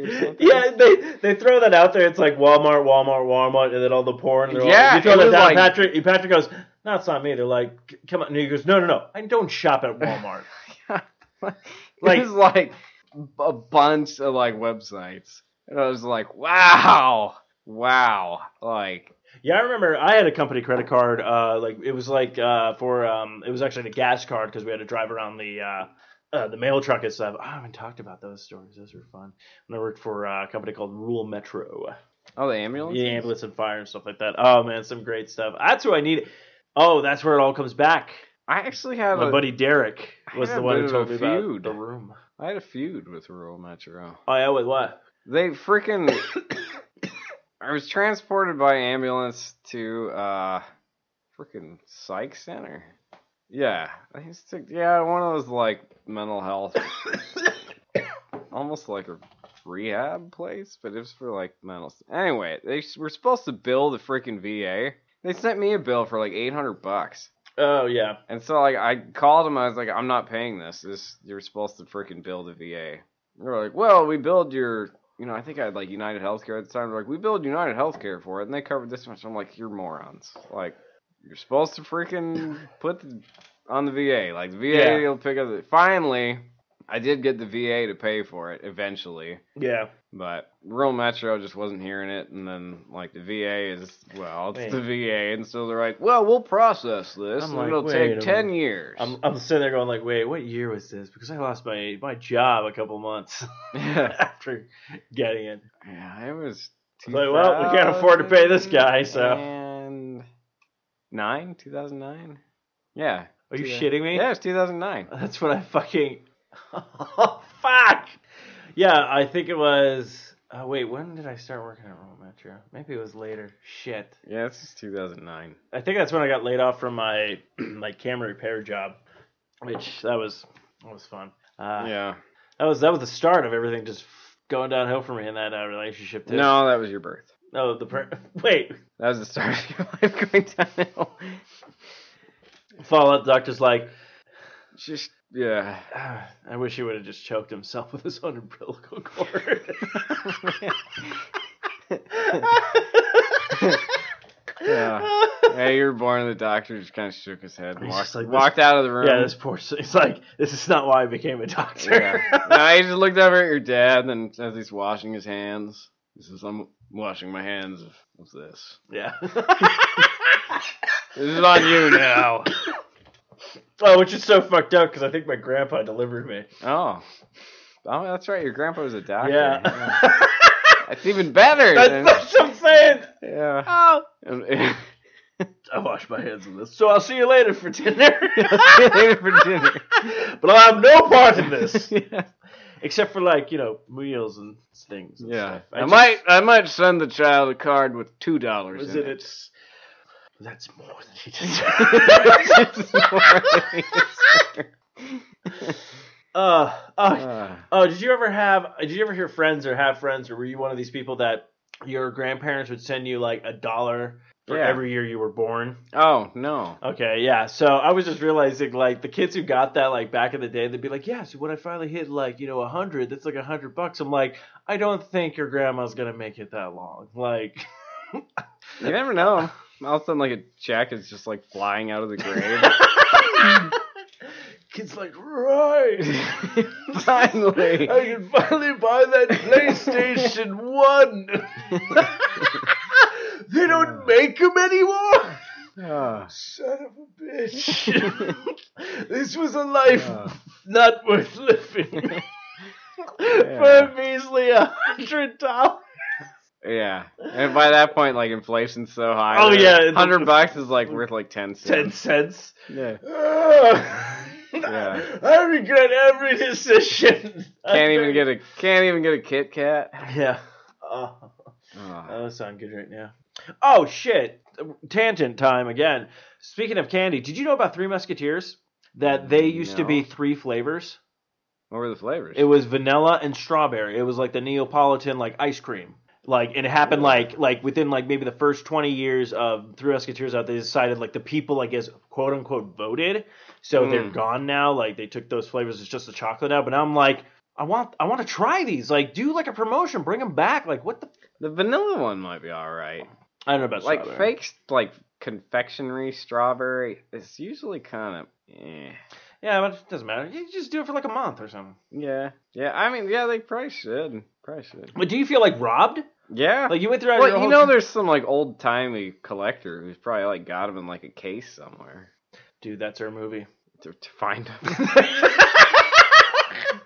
Speaker 3: or something.
Speaker 1: Yeah, they they throw that out there. It's like Walmart, Walmart, Walmart, and then all the porn. They're
Speaker 3: Yeah,
Speaker 1: all, you throw
Speaker 3: it
Speaker 1: that
Speaker 3: was
Speaker 1: down.
Speaker 3: like-
Speaker 1: Patrick Patrick goes, "No, it's not me." They're like, "C- "Come on," and he goes, "No, no, no, I don't shop at Walmart."
Speaker 3: like,
Speaker 1: Like-
Speaker 3: it was like a bunch of like websites, and I was like, wow, wow, like
Speaker 1: yeah, I remember I had a company credit card. Uh, like it was like uh for um it was actually a gas card because we had to drive around the. Uh, uh, the mail truck and stuff. I haven't talked about those stories. Those were fun. When I worked for uh, a company called Rural Metro,
Speaker 3: oh the ambulance.
Speaker 1: Yeah, ambulance and fire and stuff like that. Oh man, some great stuff. That's where I need. Oh, that's where it all comes back.
Speaker 3: I actually have
Speaker 1: My
Speaker 3: a,
Speaker 1: buddy Derek
Speaker 3: I
Speaker 1: was
Speaker 3: had
Speaker 1: the
Speaker 3: a
Speaker 1: one
Speaker 3: bit
Speaker 1: who told
Speaker 3: of a
Speaker 1: me about
Speaker 3: feud.
Speaker 1: the room.
Speaker 3: I had a feud with Rural Metro.
Speaker 1: Oh yeah, with what?
Speaker 3: They freaking. I was transported by ambulance to uh, freaking psych center. Yeah, I used to, yeah, one of those like mental health, almost like a rehab place, but it was for like mental. Anyway, they s- were supposed to bill the freaking VA. They sent me a bill for like eight hundred bucks,
Speaker 1: Oh yeah,
Speaker 3: and so like I called them. I was like, I'm not paying this. This you're supposed to freaking bill the VA. And They're like, well, we billed your, you know, I think I had like United Healthcare at the time. They're like, we billed United Healthcare for it, and they covered this much. I'm like, you're morons. Like, you're supposed to freaking put the, on the VA. Like, the VA
Speaker 1: Yeah.
Speaker 3: will pick up. The, finally, I did get the VA to pay for it eventually,
Speaker 1: yeah.
Speaker 3: but Rural Metro just wasn't hearing it. And then like the VA is, well, it's the
Speaker 1: Man.
Speaker 3: VA, and so they're like, well, we'll process this.
Speaker 1: I'm
Speaker 3: and
Speaker 1: like,
Speaker 3: it'll
Speaker 1: wait
Speaker 3: take
Speaker 1: a
Speaker 3: ten
Speaker 1: minute.
Speaker 3: years.
Speaker 1: I'm I'm sitting there going like, wait, what year was this? Because I lost my my job a couple months
Speaker 3: yeah,
Speaker 1: after getting it.
Speaker 3: it was.
Speaker 1: It's like, well, we can't afford to pay this guy, so-
Speaker 3: And nine, two thousand nine. Yeah.
Speaker 1: Are you
Speaker 3: Yeah.
Speaker 1: shitting me?
Speaker 3: Yeah, it's two thousand nine.
Speaker 1: That's what I fucking. oh, fuck! Yeah, I think it was. Uh, wait, when did I start working at Rural Metro? Maybe it was later. Shit.
Speaker 3: Yeah, it's two thousand nine.
Speaker 1: I think that's when I got laid off from my my camera repair job, which that was that was fun. Uh,
Speaker 3: yeah.
Speaker 1: that was that was the start of everything just going downhill for me in that uh, relationship. Too.
Speaker 3: No, that was your birth.
Speaker 1: no, the per- wait,
Speaker 3: That was the start of your life going downhill.
Speaker 1: fallout doctor's like,
Speaker 3: Just yeah.
Speaker 1: "Ah, I wish he would have just choked himself with his own umbilical cord.
Speaker 3: Yeah. hey, you were born. The doctor just kind of shook his head, and
Speaker 1: He's
Speaker 3: walked,
Speaker 1: just like this-
Speaker 3: walked out of the room.
Speaker 1: Yeah, this poor. s- It's like this is not why I became a doctor.
Speaker 3: Yeah. No, he just looked over at your dad, and as he's washing his hands, he says, "I'm washing my hands of, of this.
Speaker 1: yeah.
Speaker 3: This is on you now."
Speaker 1: oh, which is so fucked up because I think my grandpa delivered me.
Speaker 3: oh, oh, that's right. Your grandpa was a doctor.
Speaker 1: Yeah.
Speaker 3: that's even better. than-
Speaker 1: that's, that's what I'm saying.
Speaker 3: yeah.
Speaker 1: Oh.
Speaker 3: Um,
Speaker 1: I wash my hands in this. So I'll see you later for dinner.
Speaker 3: for dinner.
Speaker 1: but I have no part in this
Speaker 3: yeah.
Speaker 1: except for like you know meals and things. And
Speaker 3: Yeah.
Speaker 1: stuff.
Speaker 3: I,
Speaker 1: just-
Speaker 3: might I might send the child a card with two dollars.
Speaker 1: Was
Speaker 3: in
Speaker 1: it?
Speaker 3: it?
Speaker 1: It's. That's more than he deserves.
Speaker 3: It's more
Speaker 1: uh,
Speaker 3: than-
Speaker 1: oh,
Speaker 3: Uh,
Speaker 1: Oh, did you ever have? Did you ever hear friends or have friends, or were you one of these people that your grandparents would send you like a dollar for
Speaker 3: Yeah.
Speaker 1: every year you were born?
Speaker 3: oh no.
Speaker 1: Okay, yeah. So I was just realizing, like, the kids who got that, like, back in the day, they'd be like, "Yeah, so when I finally hit like, you know, a hundred, that's like a hundred bucks." I'm like, I don't think your grandma's gonna make it that long. Like,
Speaker 3: You never know. All of a sudden, like a jack is just like flying out of the grave.
Speaker 1: kids like, right.
Speaker 3: Finally.
Speaker 1: I can finally buy that PlayStation 1. they
Speaker 3: Uh.
Speaker 1: don't make them anymore.
Speaker 3: Ah.
Speaker 1: Son of a bitch. this was a life
Speaker 3: Ah.
Speaker 1: not worth living. For
Speaker 3: Yeah.
Speaker 1: a measly a hundred dollars.
Speaker 3: yeah. And by that point, like inflation's so high.
Speaker 1: Oh,
Speaker 3: that
Speaker 1: yeah, it's-
Speaker 3: hundred bucks is like worth like ten
Speaker 1: Ten
Speaker 3: cents.
Speaker 1: cents.
Speaker 3: Yeah.
Speaker 1: I regret every decision.
Speaker 3: Can't even get a can't even get a Kit Kat.
Speaker 1: Yeah. Oh.
Speaker 3: Ah.
Speaker 1: Oh, that sound good right now. Oh shit! Tangent time again. Speaking of candy, did you know about Three Musketeers? That they used to
Speaker 3: No.
Speaker 1: be three flavors.
Speaker 3: What were the flavors?
Speaker 1: It was vanilla and strawberry. It was like the Neapolitan like ice cream. Like and it happened like like within like maybe the first twenty years of Three Musketeers out, they decided like the people I guess quote unquote voted. So they're
Speaker 3: Mm.
Speaker 1: gone now. Like they took those flavors. It's just the chocolate now. But I'm like, I want I want to try these. Like, do like a promotion, bring them back. Like, what the?
Speaker 3: The vanilla one might be all right.
Speaker 1: I don't know about
Speaker 3: like
Speaker 1: strawberry.
Speaker 3: fake, like confectionery strawberry. It's usually kind of. Eh.
Speaker 1: Yeah, but it doesn't matter. You just do it for like a month or something.
Speaker 3: Yeah, yeah. I mean, yeah, they probably should. Probably should.
Speaker 1: But do you feel like robbed?
Speaker 3: Yeah.
Speaker 1: Like you went through your
Speaker 3: well, you
Speaker 1: whole-
Speaker 3: know, there's some like old timey collector who's probably like got them in like a case somewhere
Speaker 1: dude, that's her movie.
Speaker 3: to, to find them.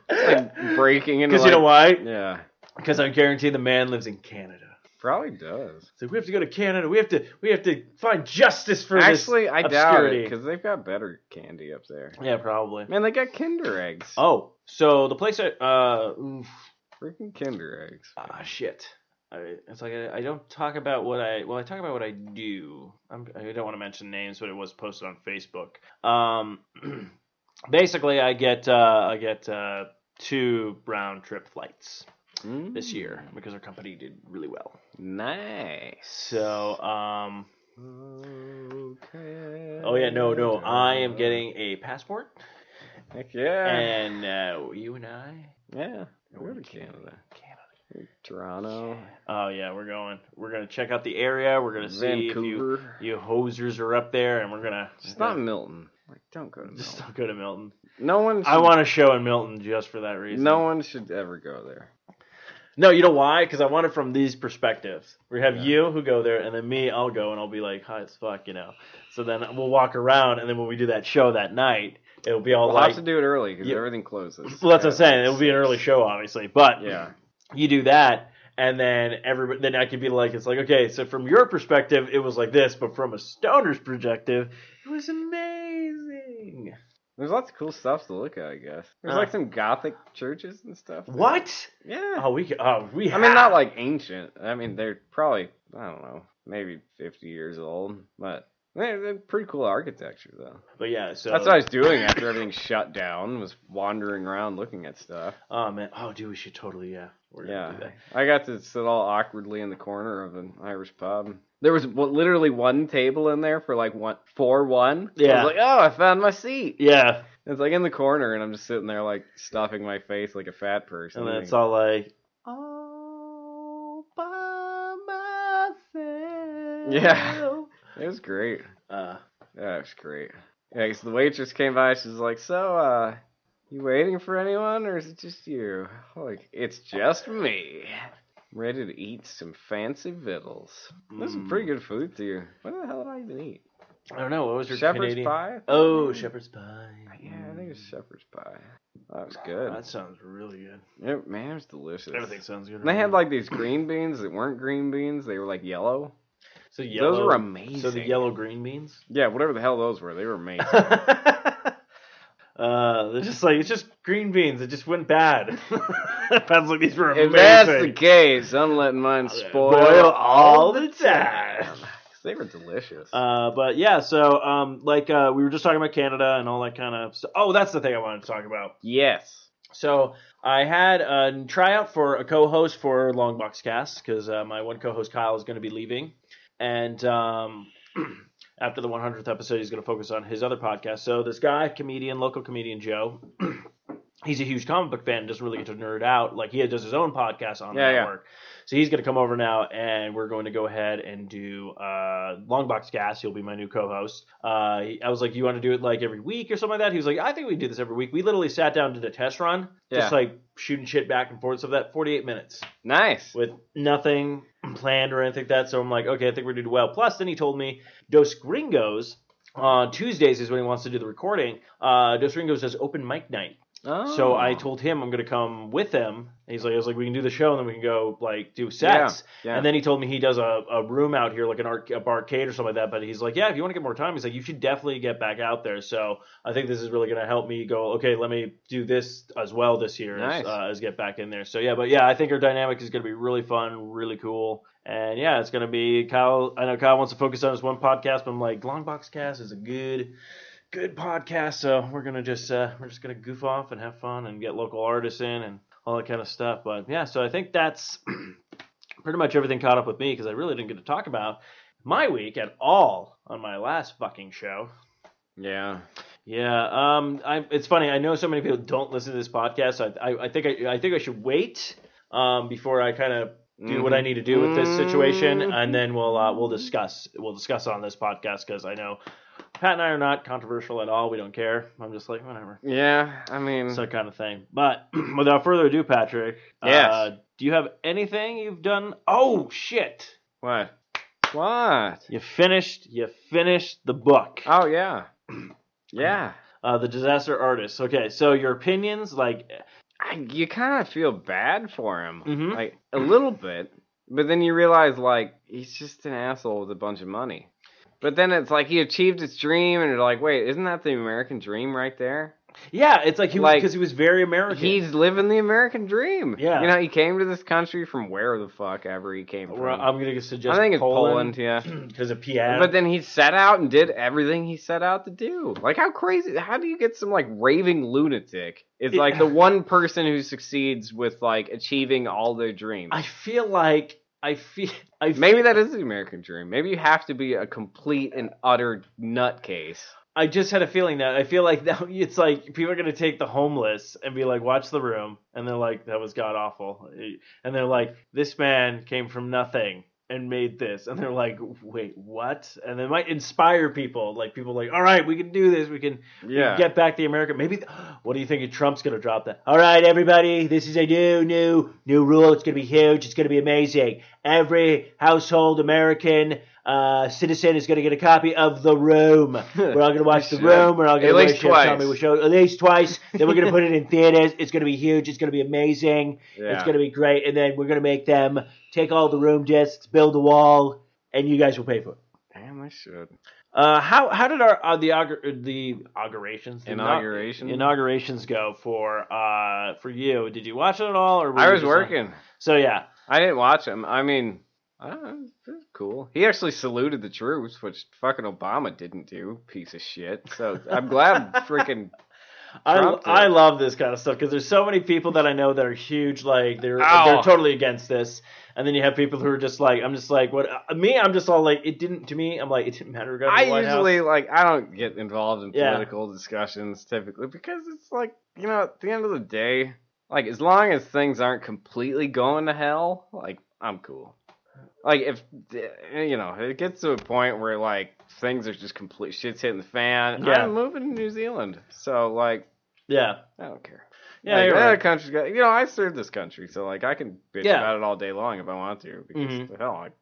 Speaker 3: like breaking into.
Speaker 1: Because you know
Speaker 3: like-
Speaker 1: why?
Speaker 3: Yeah,
Speaker 1: Because I guarantee the man lives in Canada.
Speaker 3: probably does.
Speaker 1: So we have to go to Canada. We have to we have to find justice for
Speaker 3: Actually, I doubt it
Speaker 1: obscurity.
Speaker 3: because they've got better candy up there.
Speaker 1: this. Yeah, probably.
Speaker 3: Man, they got Kinder eggs.
Speaker 1: Oh, so the place I uh oof,
Speaker 3: Freaking Kinder eggs.
Speaker 1: ah shit. I, it's like I, I don't talk about what I well I talk about what I do. I'm, I don't want to mention names, but it was posted on Facebook. Um, basically, I get uh, I get uh, two round trip flights
Speaker 3: Mm,
Speaker 1: this year because our company did really well.
Speaker 3: Nice.
Speaker 1: So um,
Speaker 3: Okay.
Speaker 1: oh yeah no no I am getting a passport
Speaker 3: Heck yeah.
Speaker 1: and uh, you and I
Speaker 3: yeah. Go to Canada.
Speaker 1: Canada.
Speaker 3: Toronto.
Speaker 1: Oh yeah, we're going. We're gonna check out the area. We're gonna see if you
Speaker 3: Vancouver.
Speaker 1: you hosers are up there, and we're gonna
Speaker 3: Just not Milton. Like, don't go to Milton.
Speaker 1: just don't go to Milton.
Speaker 3: no one. Should,
Speaker 1: I want a show in Milton just for that reason.
Speaker 3: No one should ever go there.
Speaker 1: no, you know why? Because I want it from these perspectives. We have
Speaker 3: Yeah.
Speaker 1: you who go there, and then me. I'll go and I'll be like high as fuck, you know. So then we'll walk around, and then when we do that show that night, it'll be all
Speaker 3: We'll
Speaker 1: like.
Speaker 3: have to do it early because
Speaker 1: Yeah.
Speaker 3: everything closes.
Speaker 1: well, that's what I'm saying. It'll be an early show, obviously, but
Speaker 3: Yeah.
Speaker 1: you do that and then everybody then i could be like it's like okay so from your perspective it was like this but from a stoner's perspective it was amazing
Speaker 3: There's lots of cool stuff to look at, I guess. There's
Speaker 1: Uh.
Speaker 3: like some gothic churches and stuff. there.
Speaker 1: what
Speaker 3: Yeah.
Speaker 1: oh we c- oh we
Speaker 3: I mean,
Speaker 1: have-
Speaker 3: not like ancient. I mean, they're probably I don't know, maybe fifty years old, but they're, they're pretty cool architecture though.
Speaker 1: but yeah so
Speaker 3: That's what I was doing after everything shut down. Was wandering around looking at stuff.
Speaker 1: oh man oh dude we should totally yeah we're gonna
Speaker 3: Yeah,
Speaker 1: do that.
Speaker 3: I got to sit all awkwardly in the corner of an Irish pub. There was wa- literally one table in there for like one for one. I
Speaker 1: Yeah.
Speaker 3: was like, oh, I found my seat.
Speaker 1: yeah
Speaker 3: It's like in the corner, and I'm just sitting there like stuffing my face like a fat person.
Speaker 1: and then it's
Speaker 3: Like,
Speaker 1: all like
Speaker 3: all Yeah, it was great.
Speaker 1: uh
Speaker 3: That was great. Yeah, 'cause the waitress came by. She's like, "So, uh, you waiting for anyone, or is it just you?" I'm like, it's just me. I'm ready to eat some fancy victuals. This is
Speaker 1: Mm.
Speaker 3: pretty good food too. What the hell did I even eat?
Speaker 1: i don't know what was your
Speaker 3: Shepherd's
Speaker 1: Canadian-
Speaker 3: pie.
Speaker 1: oh shepherd's pie
Speaker 3: Yeah, I think it's
Speaker 1: Mm.
Speaker 3: shepherd's pie. That was good.
Speaker 1: that sounds really good
Speaker 3: It, man, it was delicious.
Speaker 1: everything sounds good
Speaker 3: And they
Speaker 1: right
Speaker 3: had
Speaker 1: now.
Speaker 3: like these green beans that weren't green beans. They were like yellow.
Speaker 1: so yellow
Speaker 3: Those were amazing.
Speaker 1: so the yellow green beans
Speaker 3: Yeah, whatever the hell those were, they were amazing.
Speaker 1: uh, they're just like it's just green beans. It just went bad. Sounds like these were
Speaker 3: If that's the
Speaker 1: amazing.
Speaker 3: case, I'm letting mine spoil,
Speaker 1: Boil all the time.
Speaker 3: 'Cause They were delicious.
Speaker 1: Uh, but yeah, so um, like uh, we were just talking about Canada and all that kind of stuff. Oh, that's the thing I wanted to talk about.
Speaker 3: yes.
Speaker 1: So I had a tryout for a co-host for Longbox Cast because uh, my one co-host Kyle is going to be leaving, and um, after the 100th episode, he's going to focus on his other podcast. So this guy, comedian, local comedian Joe, he's a huge comic book fan. Doesn't really get to nerd out like he does his own podcast on
Speaker 3: Yeah,
Speaker 1: the
Speaker 3: yeah.
Speaker 1: network. So he's going to come over now, and we're going to go ahead and do uh, Longbox Cast. He'll be my new co-host. Uh, he- I was like, "You want to do it like every week or something like that?" He was like, "I think we do this every week." We literally sat down, did a test run, just
Speaker 3: Yeah.
Speaker 1: like shooting shit back and forth. So that 48 minutes
Speaker 3: Nice.
Speaker 1: with nothing planned or anything like that. So I'm like, okay, I think we're doing well. Plus, then he told me Dos Gringos on Tuesdays is when he wants to do the recording. Uh, Dos Gringos does open mic night.
Speaker 3: Oh.
Speaker 1: So I told him I'm gonna come with them. He's like, I was like, we can do the show and then we can go like do sets.
Speaker 3: Yeah.
Speaker 1: And then he told me he does a, a room out here, like an arc, a barcade or something like that. But he's like, yeah, if you want to get more time, he's like, you should definitely get back out there. So I think this is really gonna help me go. Okay, let me do this as well this year as,
Speaker 3: Nice.
Speaker 1: uh, as get back in there. So yeah, but yeah, I think our dynamic is gonna be really fun, really cool. And yeah, it's gonna be Kyle. I know Kyle wants to focus on his one podcast, but I'm like, Longbox Cast is a good good podcast. So we're gonna just uh, we're just gonna goof off and have fun and get local artists in and all that kind of stuff. But yeah, so I think that's pretty much everything caught up with me because I really didn't get to talk about my week at all on my last fucking show.
Speaker 3: Yeah.
Speaker 1: Yeah, um, I, it's funny. I know so many people don't listen to this podcast. So I, I, I think I, I think I should wait um, before I kind of do what I
Speaker 3: Mm-hmm.
Speaker 1: need to do with this situation,
Speaker 3: Mm.
Speaker 1: and then we'll uh, we'll discuss we'll discuss on this podcast because I know Pat and I are not controversial at all. We don't care. I'm just like whatever,
Speaker 3: Yeah, I mean,
Speaker 1: it's that kind of thing. But without further ado, Patrick, uh,
Speaker 3: Yes.
Speaker 1: do you have anything you've done? Oh shit!
Speaker 3: what? What?
Speaker 1: You finished you finished the book.
Speaker 3: Oh yeah, yeah.
Speaker 1: Uh, the disaster artist. Okay, so your opinions, like,
Speaker 3: I, you kind of feel bad for him,
Speaker 1: Mhm.
Speaker 3: like a little bit, but then you realize like he's just an asshole with a bunch of money. But then it's like he achieved his dream, and you're like, wait, isn't that the American dream right there?
Speaker 1: yeah, it's like he
Speaker 3: Like,
Speaker 1: because he was very American.
Speaker 3: He's living the American dream.
Speaker 1: Yeah.
Speaker 3: you know, he came to this country from where the fuck ever he came from.
Speaker 1: Well, I'm gonna suggest
Speaker 3: I think it's
Speaker 1: Poland
Speaker 3: Poland yeah.
Speaker 1: because of Pierre.
Speaker 3: But then he set out and did everything he set out to do. Like how crazy? How do you get some like raving lunatic? Is
Speaker 1: It-
Speaker 3: like the one person who succeeds with like achieving all their dreams.
Speaker 1: I feel like I feel I feel,
Speaker 3: Maybe that is the American dream. Maybe you have to be a complete and utter nutcase.
Speaker 1: I just had a feeling that I feel like now it's like people are gonna take the homeless and be like, watch the room, and they're like, that was god awful, and they're like, this man came from nothing and made this, and they're like, wait, what? And they might inspire people, like people like, all right, we can do this, we can
Speaker 3: Yeah.
Speaker 1: get back the American. Maybe what do you think? Trump's gonna drop that. All right, everybody, this is a new, new, new rule. It's gonna be huge. It's gonna be amazing. Every household American uh, citizen is gonna get a copy of The Room. We're all gonna watch The
Speaker 3: Shit.
Speaker 1: Room. We're all gonna
Speaker 3: At
Speaker 1: watch
Speaker 3: least
Speaker 1: it.
Speaker 3: twice.
Speaker 1: Tommy will show at least twice. Then we're gonna put it in theaters. It's gonna be huge. It's gonna be amazing.
Speaker 3: yeah.
Speaker 1: It's gonna be great. And then we're gonna make them take all the room discs, build a wall, and you guys will pay for it.
Speaker 3: Damn, I should.
Speaker 1: Uh, how how did our uh, the augur- the inaugurations the inau-
Speaker 3: Inauguration?
Speaker 1: inaugurations go for uh for you? Did you watch it at all? Or were
Speaker 3: I
Speaker 1: you
Speaker 3: was
Speaker 1: just-
Speaker 3: working.
Speaker 1: so yeah,
Speaker 3: I didn't watch him. I mean, I don't know. This is cool. He actually saluted the troops, which fucking Obama didn't do. Piece of shit. So I'm glad freaking.
Speaker 1: I,
Speaker 3: Trump did.
Speaker 1: I love this kind of stuff because there's so many people that I know that are huge like they're
Speaker 3: Ow.
Speaker 1: they're totally against this, and then you have people who are just like I'm just like what uh, me I'm just all like it didn't to me I'm like it didn't matter. to go to
Speaker 3: I
Speaker 1: the White House.
Speaker 3: usually like I don't get involved in
Speaker 1: Yeah.
Speaker 3: political discussions typically because it's like you know at the end of the day, like as long as things aren't completely going to hell, like I'm cool. Like if eh, you know it gets to a point where like things are just complete shit's hitting the fan.
Speaker 1: Yeah.
Speaker 3: I'm moving to New Zealand, so like
Speaker 1: yeah
Speaker 3: I don't care.
Speaker 1: yeah
Speaker 3: like,
Speaker 1: you're
Speaker 3: that
Speaker 1: right.
Speaker 3: country's got you know I serve this country, so like I can bitch
Speaker 1: Yeah.
Speaker 3: about it all day long if I want to because
Speaker 1: Mhm.
Speaker 3: hell, like,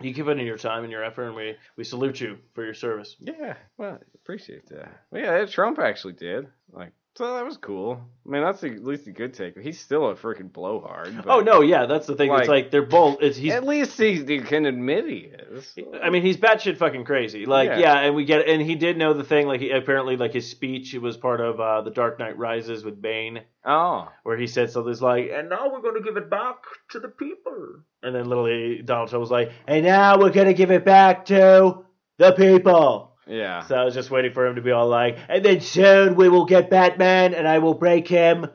Speaker 1: you keep in your time and your effort and we we salute you for your service.
Speaker 3: Yeah, well, I appreciate that. Well, yeah, Trump actually did. Like, so that was cool. I mean, that's at least a good take. He's still a freaking blowhard. But
Speaker 1: oh no yeah that's the thing it's
Speaker 3: like-
Speaker 1: like they're both it's he's
Speaker 3: at least he, he can admit he is.
Speaker 1: I mean, he's batshit fucking crazy. Like, yeah.
Speaker 3: Yeah.
Speaker 1: and we get, and he did know the thing. Like, he apparently, like his speech was part of uh, the Dark Knight Rises with Bane,
Speaker 3: oh,
Speaker 1: where he said something like, "And now we're going to give it back to the people." And then literally Donald Trump was like, "And now we're going to give it back to the people."
Speaker 3: yeah.
Speaker 1: So I was just waiting for him to be all like, "And then soon we will get Batman, and I will break him,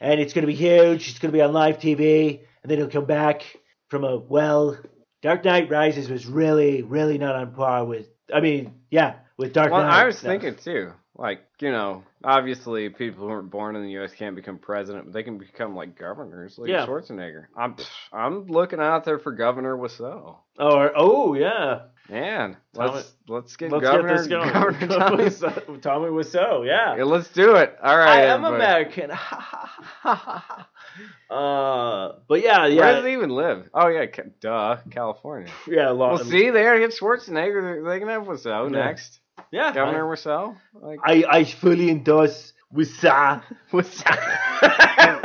Speaker 1: and it's going to be huge. It's going to be on live TV, and then he'll come back from a well." Dark Knight Rises was really, really not on par with. I mean, yeah, with Dark
Speaker 3: well,
Speaker 1: Knight.
Speaker 3: I was
Speaker 1: stuff.
Speaker 3: thinking too. Like, you know, obviously people who aren't born in the U.S. can't become president, but they can become like governors, like
Speaker 1: Yeah.
Speaker 3: Schwarzenegger. I'm, pff, I'm looking out there for Governor Wiseau.
Speaker 1: Or oh yeah,
Speaker 3: Man,
Speaker 1: Tommy-
Speaker 3: let's let's get
Speaker 1: let's
Speaker 3: Governor
Speaker 1: get this going.
Speaker 3: Governor
Speaker 1: Tommy
Speaker 3: Tommy.
Speaker 1: Wiseau- Tommy Wiseau, yeah.
Speaker 3: Yeah, let's do it. All right,
Speaker 1: I am
Speaker 3: everybody.
Speaker 1: American. uh, but yeah, yeah,
Speaker 3: Where does he even live? Oh yeah, ca- duh, California.
Speaker 1: yeah. Law,
Speaker 3: Well, see, they already have Schwarzenegger. They can have Wiseau
Speaker 1: Yeah.
Speaker 3: next.
Speaker 1: yeah.
Speaker 3: Governor Wiseau. Like,
Speaker 1: I, I fully endorse Wissa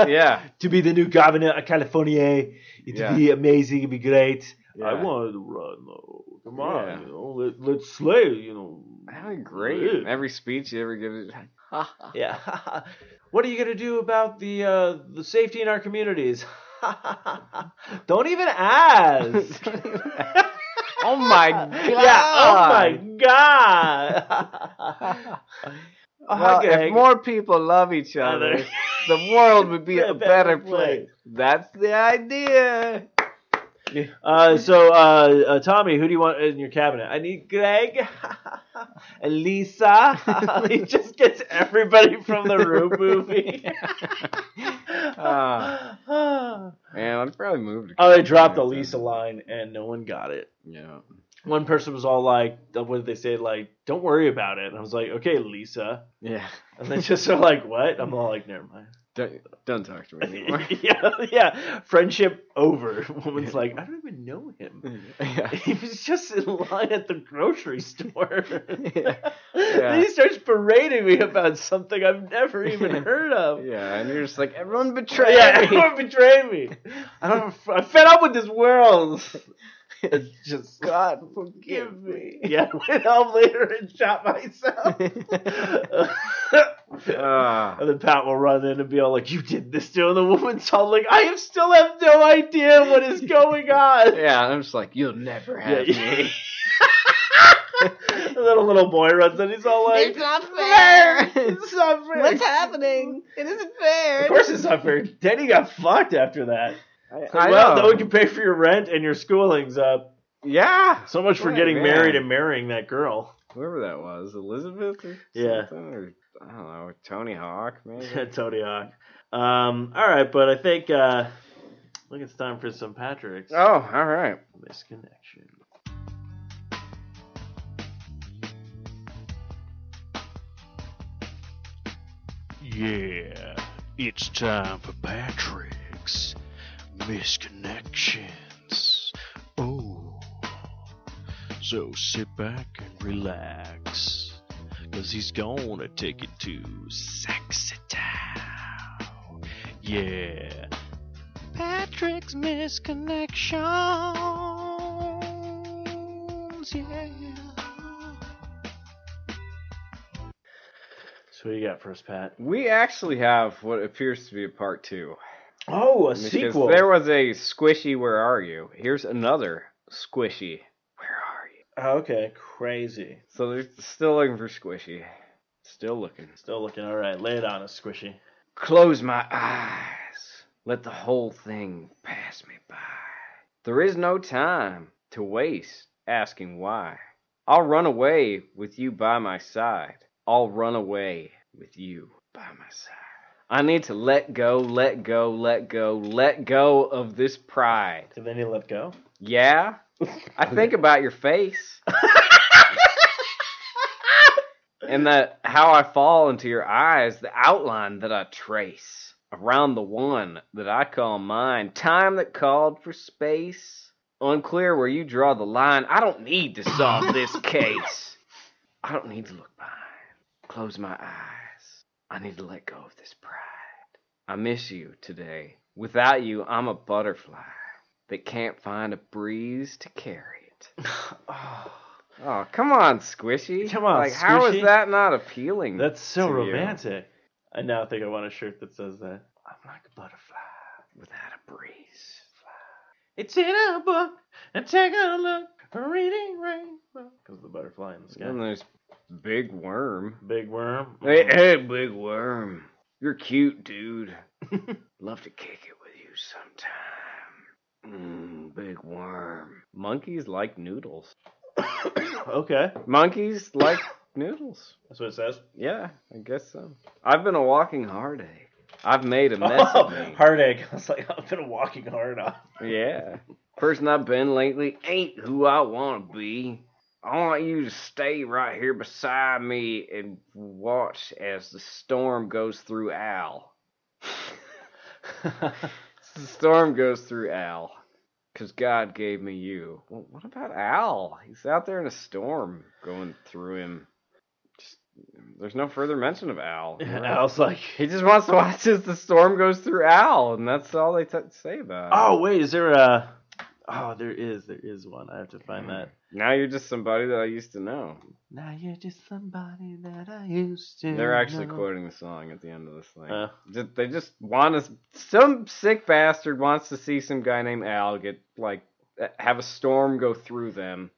Speaker 3: yeah,
Speaker 1: to be the new governor of California. It'd
Speaker 3: Yeah.
Speaker 1: be amazing. It'd be great. I
Speaker 3: Yeah.
Speaker 1: wanted to run, though. Come on,
Speaker 3: Yeah.
Speaker 1: you know, let, let's slay, you know.
Speaker 3: that'd be great.
Speaker 1: Yeah.
Speaker 3: Every speech you ever give. is-
Speaker 1: Yeah. what are you gonna do about the uh, the safety in our communities? Don't even ask.
Speaker 3: oh my god.
Speaker 1: Yeah. Oh my god.
Speaker 3: Well,
Speaker 1: Okay.
Speaker 3: if more people love each other, the world would be a better place. That's the idea.
Speaker 1: Uh, so, uh, uh, Tommy, who do you want in your cabinet? I need Greg and Lisa. he just gets everybody from the Room movie.
Speaker 3: Ah. Man, I'd probably move to.
Speaker 1: oh, they dropped the
Speaker 3: California.
Speaker 1: Lisa line and no one got it.
Speaker 3: Yeah.
Speaker 1: One person was all like, uh, what did they say? Like, don't worry about it. And I was like, okay, Lisa.
Speaker 3: Yeah.
Speaker 1: And they just are like, what? I'm all like, never mind.
Speaker 3: Don't, don't talk to me anymore.
Speaker 1: yeah, yeah. Friendship over. Woman's like, I don't even know him.
Speaker 3: yeah.
Speaker 1: He was just in line at the grocery store.
Speaker 3: Yeah.
Speaker 1: Then he starts berating me about something I've never even heard of.
Speaker 3: Yeah, and you're just like everyone betrayed
Speaker 1: Yeah,
Speaker 3: me.
Speaker 1: everyone betrayed me. I don't. I'm fed up with this world. It's just
Speaker 3: God,
Speaker 1: give me. Yeah, I went home later and shot myself.
Speaker 3: Ah.
Speaker 1: And then Pat will run in and be all like, "You did this to," him." and the woman's all like, "I have still have no idea what is going on."
Speaker 3: yeah, I'm just like you'll never have
Speaker 1: Yeah.
Speaker 3: me.
Speaker 1: And then a little boy runs in, he's all like,
Speaker 4: It's not
Speaker 1: "Fair,
Speaker 4: fair.
Speaker 1: it's not fair."
Speaker 4: What's happening? It isn't fair.
Speaker 1: Of course, it's not fair. Denny got fucked after that.
Speaker 3: I
Speaker 1: well,
Speaker 3: know.
Speaker 1: no one can pay for your rent and your schooling's up.
Speaker 3: Yeah,
Speaker 1: So much for
Speaker 3: Oh,
Speaker 1: getting
Speaker 3: man.
Speaker 1: married and marrying that girl.
Speaker 3: whoever that was, Elizabeth. Or
Speaker 1: Yeah.
Speaker 3: something, or, I don't know, Tony Hawk maybe.
Speaker 1: Tony Hawk. Um, all right, but I think uh, I think it's time for some Patrick's
Speaker 3: oh, all right.
Speaker 1: misconnection.
Speaker 2: Yeah, it's time for Patrick's Misconnections. Oh, so sit back and relax, cause he's gonna take it to sexy town. Yeah, Patrick's Misconnections. Yeah.
Speaker 1: So what do you got for us, Pat?
Speaker 3: We actually have what appears to be a part two.
Speaker 1: Oh, a
Speaker 3: Because
Speaker 1: sequel.
Speaker 3: There was a squishy. Where are you? Here's another squishy. Where are you?
Speaker 1: Oh, okay, crazy.
Speaker 3: So they're still looking for squishy. Still looking.
Speaker 1: Still looking all right. Lay it on us, Squishy.
Speaker 3: Close my eyes. Let the whole thing pass me by. There is no time to waste asking why. I'll run away with you by my side. I'll run away with you by my side. I need to let go, let go, let go, let go of this pride.
Speaker 1: And then he let go.
Speaker 3: Yeah? I think about your face. and that how I fall into your eyes, the outline that I trace around the one that I call mine, time that called for space. Unclear where you draw the line. I don't need to solve this case. I don't need to look behind. Close my eyes. I need to let go of this pride. I miss you today. Without you, I'm a butterfly that can't find a breeze to carry it. Oh, come on, Squishy.
Speaker 1: Come on,
Speaker 3: Like, how is
Speaker 1: Squishy.
Speaker 3: that not appealing?
Speaker 1: That's so
Speaker 3: To you.
Speaker 1: romantic. I now think I want a shirt that says that.
Speaker 3: I'm like a butterfly without a breeze.
Speaker 1: It's in a book. And take a look. A reading rainbow. Because the butterfly in the sky.
Speaker 3: And there's Big Worm.
Speaker 1: Big worm.
Speaker 3: Hey, hey, Big Worm. You're cute, dude. Love to kick it with you sometime. Mm, big Worm. Monkeys like noodles.
Speaker 1: okay.
Speaker 3: Monkeys like noodles.
Speaker 1: That's what it says.
Speaker 3: Yeah, I guess so. I've been a walking heartache. I've made a mess
Speaker 1: Oh,
Speaker 3: of me.
Speaker 1: heartache. I was like, I've been walking hard on.
Speaker 3: Yeah. Person I've been lately ain't who I want to be. I want you to stay right here beside me and watch as the storm goes through Al. the storm goes through Al. Because God gave me you. Well, what about Al? He's out there in a storm going through him. Just, there's no further mention of Al.
Speaker 1: And I was like,
Speaker 3: He just wants to watch as the storm goes through Al, and that's all they t- say about it.
Speaker 1: oh, wait, is there a. Oh, there is. There is one. I have to find that.
Speaker 3: Now you're just somebody that I used to know.
Speaker 1: Now you're just somebody that I used to.
Speaker 3: They're actually
Speaker 1: know.
Speaker 3: quoting the song at the end of this thing.
Speaker 1: Uh,
Speaker 3: Ju- they just want us. Some sick bastard wants to see some guy named Al get like uh, have a storm go through them,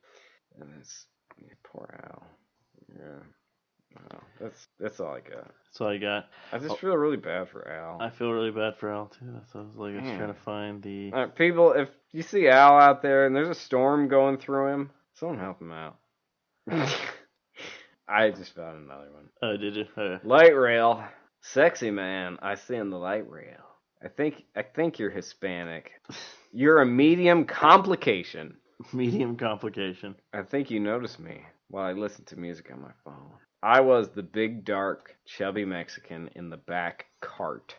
Speaker 3: and it's yeah, poor Al. Yeah, Oh, that's that's all I got.
Speaker 1: That's all I got.
Speaker 3: I just
Speaker 1: Oh.
Speaker 3: feel really bad for Al.
Speaker 1: I feel really bad for Al too. That's what I was like, I was
Speaker 3: Man.
Speaker 1: trying to find the.
Speaker 3: All right, people, if you see Al out there and there's a storm going through him, someone help him out. I just found another one.
Speaker 1: Oh, did you? Uh,
Speaker 3: Light rail, sexy man. I see in the light rail. I think I think you're Hispanic. You're a medium complication.
Speaker 1: medium complication.
Speaker 3: I think you noticed me while I listened to music on my phone. I was the big, dark, chubby Mexican in the back cart.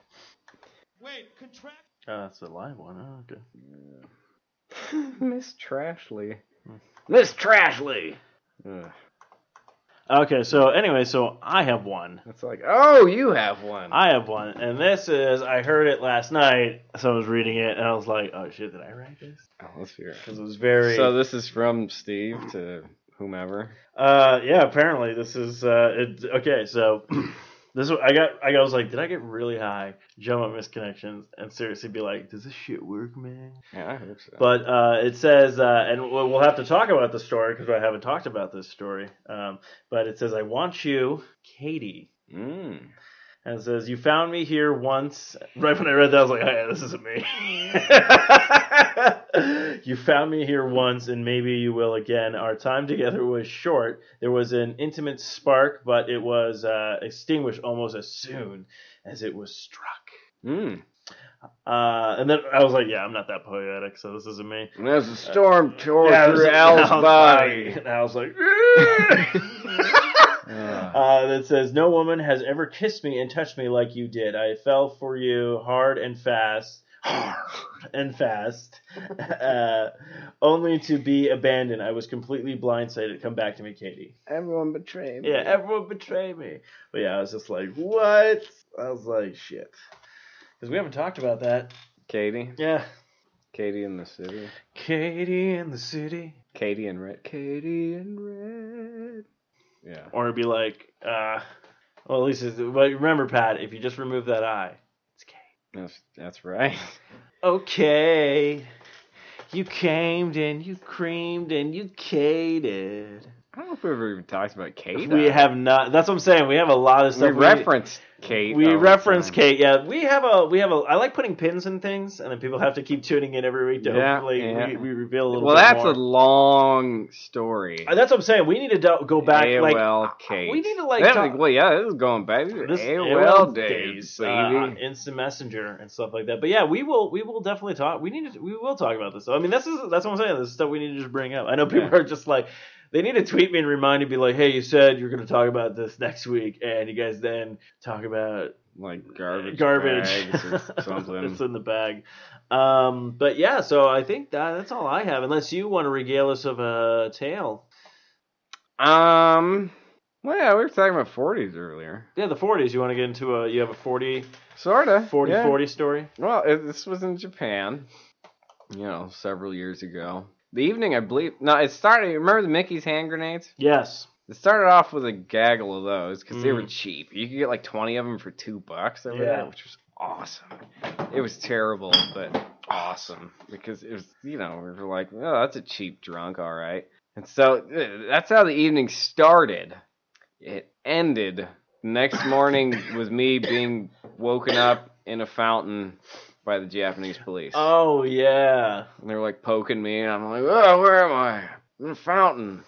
Speaker 2: Wait, contract.
Speaker 1: Oh, that's a live one. Oh, okay.
Speaker 3: Miss Trashley.
Speaker 1: Hmm.
Speaker 3: Miss Trashley. Ugh,
Speaker 1: Okay, so anyway, so I have one.
Speaker 3: it's like, oh, you have one.
Speaker 1: I have one, and this is I heard it last night. Someone was reading it, and I was like, "Oh shit, did I write this?"
Speaker 3: Oh, let's hear it.
Speaker 1: Because it was very.
Speaker 3: So this is from Steve to whomever.
Speaker 1: Uh, yeah. Apparently, this is uh, it, okay. So this is- I got. I was like, did I get really high? Jump on misconnections and seriously be like, does this shit work, man?
Speaker 3: Yeah, I hope so.
Speaker 1: But uh, it says, uh, and we'll we'll have to talk about the story because I haven't talked about this story. Um, but it says, I want you, Katie.
Speaker 3: mm.
Speaker 1: And it says, You found me here once. Right when I read that, I was like, oh, yeah, this isn't me. you found me here once, and maybe you will again. Our time together was short. There was an intimate spark, but it was uh, extinguished almost as soon as it was struck. Hmm.
Speaker 3: Mm.
Speaker 1: Uh, and then I was like, Yeah, I'm not that poetic, so this isn't me.
Speaker 3: And there's a storm tore
Speaker 1: Uh, Yeah, it was
Speaker 3: through
Speaker 1: like,
Speaker 3: Al's
Speaker 1: Al's
Speaker 3: body.
Speaker 1: And I was like, "Ah."
Speaker 3: Ugh.
Speaker 1: uh, that says, No woman has ever kissed me and touched me like you did. I fell for you hard and fast. Hard and fast. Uh, only to be abandoned. I was completely blindsided. Come back to me, Katie.
Speaker 4: Everyone betrayed me.
Speaker 1: Yeah, everyone betrayed me. But yeah, I was just like, What? I was like, Shit. Because we haven't talked about that.
Speaker 3: Katie.
Speaker 1: Yeah.
Speaker 3: Katie in the city.
Speaker 1: Katie in the city.
Speaker 3: Katie and Red. Katie and Red. Yeah.
Speaker 1: or it'd be like, uh, well, at least, it's, but remember, Pat, if you just remove that I, it's Kate.
Speaker 3: That's that's right.
Speaker 1: Okay, you camed and you creamed and you cated.
Speaker 3: I don't know if we've ever even talked about Kate.
Speaker 1: We have not. That's what I'm saying. We have a lot of
Speaker 3: we
Speaker 1: stuff.
Speaker 3: referenced Kate.
Speaker 1: We
Speaker 3: all the
Speaker 1: reference
Speaker 3: time.
Speaker 1: Kate, yeah. We have a, we have a. I like putting pins in things, and then people have to keep tuning in every week to
Speaker 3: Yeah,
Speaker 1: hopefully
Speaker 3: yeah.
Speaker 1: We, we reveal a little.
Speaker 3: Well,
Speaker 1: bit
Speaker 3: that's
Speaker 1: more.
Speaker 3: a long story.
Speaker 1: Uh, That's what I'm saying. We need to do- go back,
Speaker 3: AOL
Speaker 1: like
Speaker 3: Kate.
Speaker 1: we need to, like,
Speaker 3: Yeah,
Speaker 1: talk-
Speaker 3: well, yeah, this is going back. These are
Speaker 1: this
Speaker 3: AOL, days,
Speaker 1: uh,
Speaker 3: baby.
Speaker 1: instant messenger and stuff like that. But yeah, we will we will definitely talk. We need to we will talk about this. I mean, this is that's what I'm saying. This is stuff we need to just bring up. I know people
Speaker 3: Yeah.
Speaker 1: are just like they need to tweet me and remind me, be like, hey, you said you're going to talk about this next week, and you guys then talk about
Speaker 3: like garbage,
Speaker 1: garbage.
Speaker 3: bags or something.
Speaker 1: it's in the bag. Um, but yeah, so I think that, that's all I have, unless you want to regale us of a tale.
Speaker 3: um, well, yeah, we were talking about forties earlier,
Speaker 1: Yeah, the 40s. You want to get into a you have a 40
Speaker 3: sorta.
Speaker 1: 40
Speaker 3: yeah.
Speaker 1: 40 story.
Speaker 3: Well, it, this was in Japan, you know, several years ago. The evening, I believe. No, it started. Remember the Mickey's hand grenades?
Speaker 1: Yes.
Speaker 3: It started off with a gaggle of those because they were
Speaker 1: Mm.
Speaker 3: cheap. You could get like twenty of them for two bucks over
Speaker 1: Yeah.
Speaker 3: there, which was awesome. It was terrible, but awesome because it was, you know, we were like, oh, that's a cheap drunk, all right. And so uh, that's how the evening started. It ended. Next morning was me being woken up in a fountain by the Japanese police.
Speaker 1: Oh yeah.
Speaker 3: And they're like poking me, and I'm like, oh, where am I? In a fountain.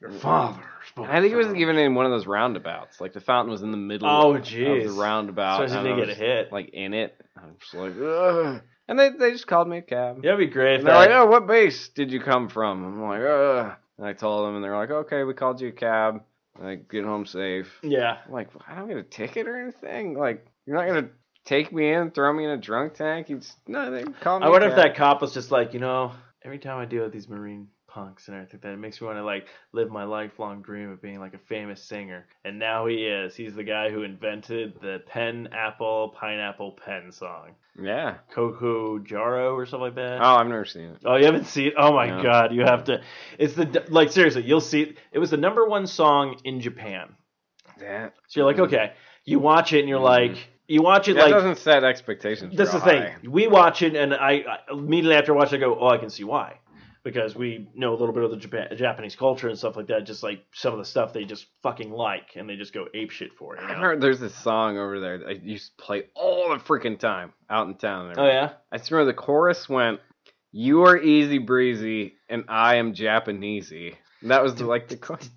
Speaker 1: Your father.
Speaker 3: I think it was even in one of those roundabouts. Like the fountain was in the middle
Speaker 1: Oh,
Speaker 3: of the
Speaker 1: jeez.
Speaker 3: roundabout.
Speaker 1: Especially if
Speaker 3: and
Speaker 1: they
Speaker 3: I
Speaker 1: get a
Speaker 3: was,
Speaker 1: hit.
Speaker 3: Like in it. I'm just like, Ugh. and they they just called me a cab.
Speaker 1: That'd be great. If
Speaker 3: And they're like,
Speaker 1: that,
Speaker 3: oh, what base did you come from? I'm like, Ugh. And I told them, and they're like, okay, we called you a cab. Like, get home safe.
Speaker 1: yeah.
Speaker 3: I'm like, I don't get a ticket or anything. Like, you're not gonna take me in, throw me in a drunk tank. You just, no, they called me.
Speaker 1: I
Speaker 3: a
Speaker 1: wonder if
Speaker 3: cab.
Speaker 1: that cop was just like, you know, every time I deal with these marine punks and everything, that it makes me want to like live my lifelong dream of being like a famous singer. And now he is. He's the guy who invented the pen apple pineapple pen song,
Speaker 3: Yeah.
Speaker 1: Coco Jaro or something like that.
Speaker 3: Oh, I've never seen it.
Speaker 1: Oh, you haven't seen? it? Oh my
Speaker 3: No.
Speaker 1: god, you have to. It's the like seriously, you'll see. It, it was the number one song in Japan.
Speaker 3: That,
Speaker 1: So you're like,
Speaker 3: Mhm.
Speaker 1: okay, you watch it and you're
Speaker 3: Mhm.
Speaker 1: like, you watch it
Speaker 3: that
Speaker 1: like
Speaker 3: doesn't set expectations.
Speaker 1: this is
Speaker 3: real
Speaker 1: the thing.
Speaker 3: high.
Speaker 1: We watch it and I, I immediately after I watch it, I go, oh, I can see why. because we know a little bit of the Japan, Japanese culture and stuff like that. Just like some of the stuff they just fucking like and they just go ape shit for. You
Speaker 3: I
Speaker 1: know?
Speaker 3: heard there's this song over there that I used to play all the freaking time out in town. And
Speaker 1: Oh
Speaker 3: everything.
Speaker 1: yeah,
Speaker 3: I just remember the chorus went, "You are easy breezy, and I am Japanesey." And that was the, like the chorus.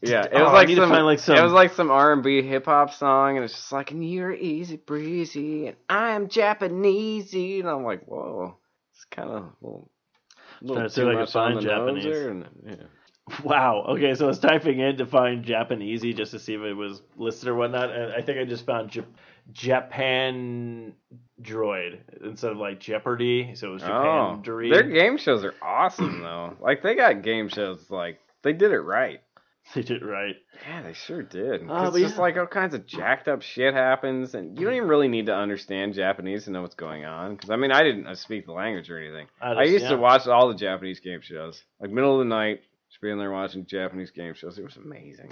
Speaker 3: Yeah, it was
Speaker 1: Oh, I
Speaker 3: like
Speaker 1: need to
Speaker 3: some,
Speaker 1: find, like, some-
Speaker 3: it was like some R and B hip hop song, and it's just like, "And you're easy breezy, and I am Japanesey," and I'm like, "Whoa, it's kind of a little, little
Speaker 1: Trying to see
Speaker 3: too
Speaker 1: if I can
Speaker 3: much on
Speaker 1: find
Speaker 3: the
Speaker 1: Japanese.
Speaker 3: nose there, and- yeah.
Speaker 1: Wow. Okay, so I was typing in to find Japanesey just to see if it was listed or whatnot, and I think I just found Jap- Japan Droid instead of like Jeopardy, so it was Japan
Speaker 3: Oh,
Speaker 1: Droid.
Speaker 3: their game shows are awesome though. Like they got game shows like they did it right.
Speaker 1: They did it right.
Speaker 3: Yeah, they sure did.
Speaker 1: Oh,
Speaker 3: 'Cause
Speaker 1: but
Speaker 3: it's just
Speaker 1: yeah.
Speaker 3: like all kinds of jacked up shit happens, and you don't even really need to understand Japanese to know what's going on. Because I mean, I didn't uh, speak the language or anything. I
Speaker 1: just-
Speaker 3: used
Speaker 1: yeah.
Speaker 3: to watch all the Japanese game shows, like middle of the night, just being there watching Japanese game shows. It was amazing.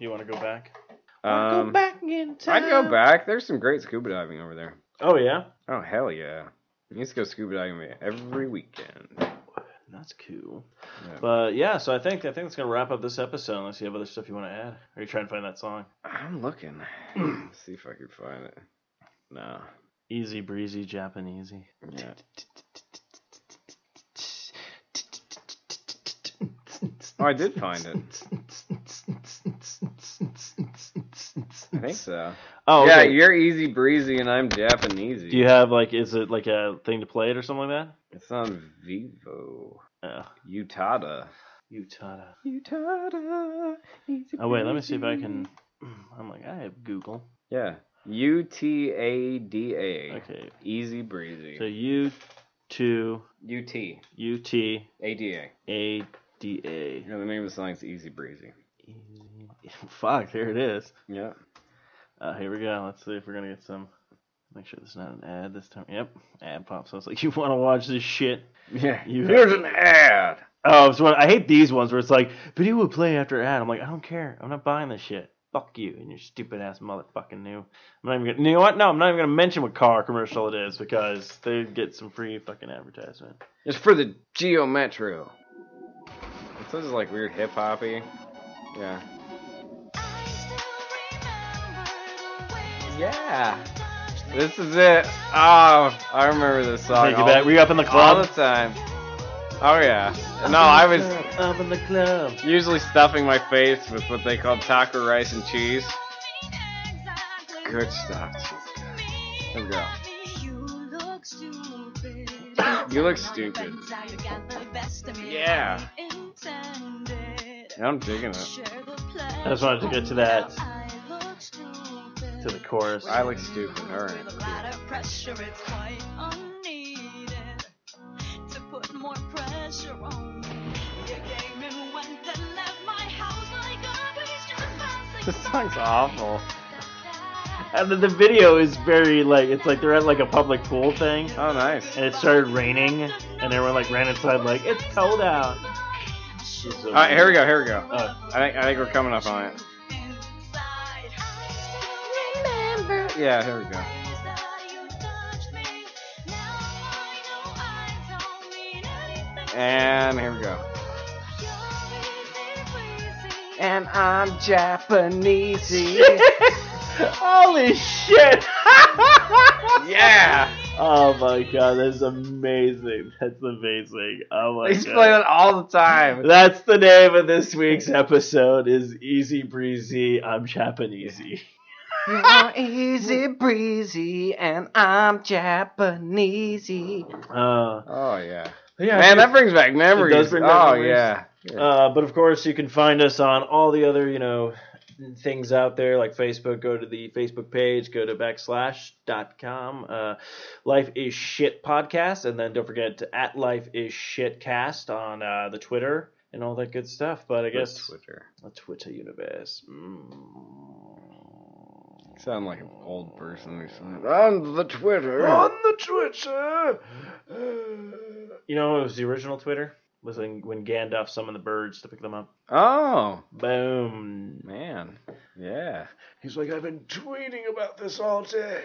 Speaker 1: You want to go back?
Speaker 3: Um,
Speaker 1: back in
Speaker 3: I go back. There's some great scuba diving over there.
Speaker 1: Oh yeah,
Speaker 3: Oh hell yeah! I used to go scuba diving every weekend.
Speaker 1: that's cool.
Speaker 3: Yeah.
Speaker 1: But yeah, so I think I think that's gonna wrap up this episode. Unless you have other stuff you want to add, or you try and find that song.
Speaker 3: I'm looking. Let's see if I can find it. No.
Speaker 1: Easy breezy Japanesey.
Speaker 3: Yeah. Oh, I did find it. I think so.
Speaker 1: Oh
Speaker 3: Yeah,
Speaker 1: okay.
Speaker 3: you're easy breezy and I'm Japanesey.
Speaker 1: Do you have like is it like a thing to play it or something like
Speaker 3: It's on Vivo.
Speaker 1: that? Uh,
Speaker 3: Utada.
Speaker 1: Utada.
Speaker 3: Utada. Easy
Speaker 1: Oh wait, let me see if I can. I'm like I have Google.
Speaker 3: Yeah. U T A D A.
Speaker 1: Okay,
Speaker 3: Easy breezy.
Speaker 1: so U two
Speaker 3: U T
Speaker 1: U T
Speaker 3: A D A.
Speaker 1: A D A.
Speaker 3: Yeah, the name of the song is Easy Breezy.
Speaker 1: Fuck, there it is.
Speaker 3: Yeah.
Speaker 1: Uh, here we go. Let's see if we're gonna get some. Make sure there's not an ad this time. Yep, ad pops. I was like, you want to watch this shit?
Speaker 3: Yeah.
Speaker 1: You-
Speaker 3: Here's an ad.
Speaker 1: Oh, it's one, I hate these ones where it's like video will play after ad. I'm like, I don't care. I'm not buying this shit. Fuck you and your stupid ass motherfucking new. I'm not even. Gonna, you know what? No, I'm not even gonna mention what car commercial it is because they get some free fucking advertisement.
Speaker 3: It's for the Geo Metro. It's just like weird hip hoppy. Yeah. Yeah. This is it. Oh, I remember this song.
Speaker 1: Take you
Speaker 3: all-
Speaker 1: back. Were you up in the
Speaker 3: all the
Speaker 1: club?
Speaker 3: time. Oh yeah. No, I was
Speaker 1: up in the club.
Speaker 3: usually stuffing my face with what they call taco rice and cheese. Good stuff. Here we go. You look stupid. Yeah. I'm digging it.
Speaker 1: I just wanted to get to that to the chorus.
Speaker 3: I look stupid. All right.
Speaker 5: With a lot of pressure, it's quite unneeded to put more pressure on me. You came and went and left my house like always, just bouncing
Speaker 3: This song's awful.
Speaker 5: back.
Speaker 1: And the, the video is very like it's like they're at like a public pool thing,
Speaker 3: Oh nice.
Speaker 1: and it started raining, and everyone like ran inside like it's cold out. It's so
Speaker 3: All right, here we go. Here we go.
Speaker 1: Oh.
Speaker 3: I think I think we're coming up on it.
Speaker 5: Inside, I still remember.
Speaker 3: Yeah, here we go. And here we go. And I'm Japanese.
Speaker 1: Holy shit!
Speaker 3: yeah.
Speaker 1: oh my god, that's amazing. That's amazing. Oh my
Speaker 3: He's
Speaker 1: god.
Speaker 3: playing it all the time.
Speaker 1: That's the name of this week's episode is Easy Breezy, I'm Japanesey.
Speaker 3: You are easy breezy, and I'm Japanesey.
Speaker 1: Uh,
Speaker 3: Oh yeah,
Speaker 1: yeah,
Speaker 3: man,
Speaker 1: dude.
Speaker 3: that brings back memories.
Speaker 1: does bring back
Speaker 3: oh
Speaker 1: memories.
Speaker 3: yeah.
Speaker 1: Uh, but of course, you can find us on all the other, you know, things out there like Facebook. Go to the Facebook page, go to backslash.com. Uh, Life is Shit podcast. And then don't forget to at Life is Shitcast on uh, the Twitter and all that good stuff. But I guess
Speaker 3: Twitter.
Speaker 1: the Twitter universe. Mm.
Speaker 3: Sound like an old person or something. On the Twitter.
Speaker 1: the Twitter! You know, it was the original Twitter. Was when, when Gandalf summoned the birds to pick them up.
Speaker 3: Oh
Speaker 1: Boom.
Speaker 3: man, yeah.
Speaker 1: He's like, I've been tweeting about this all day.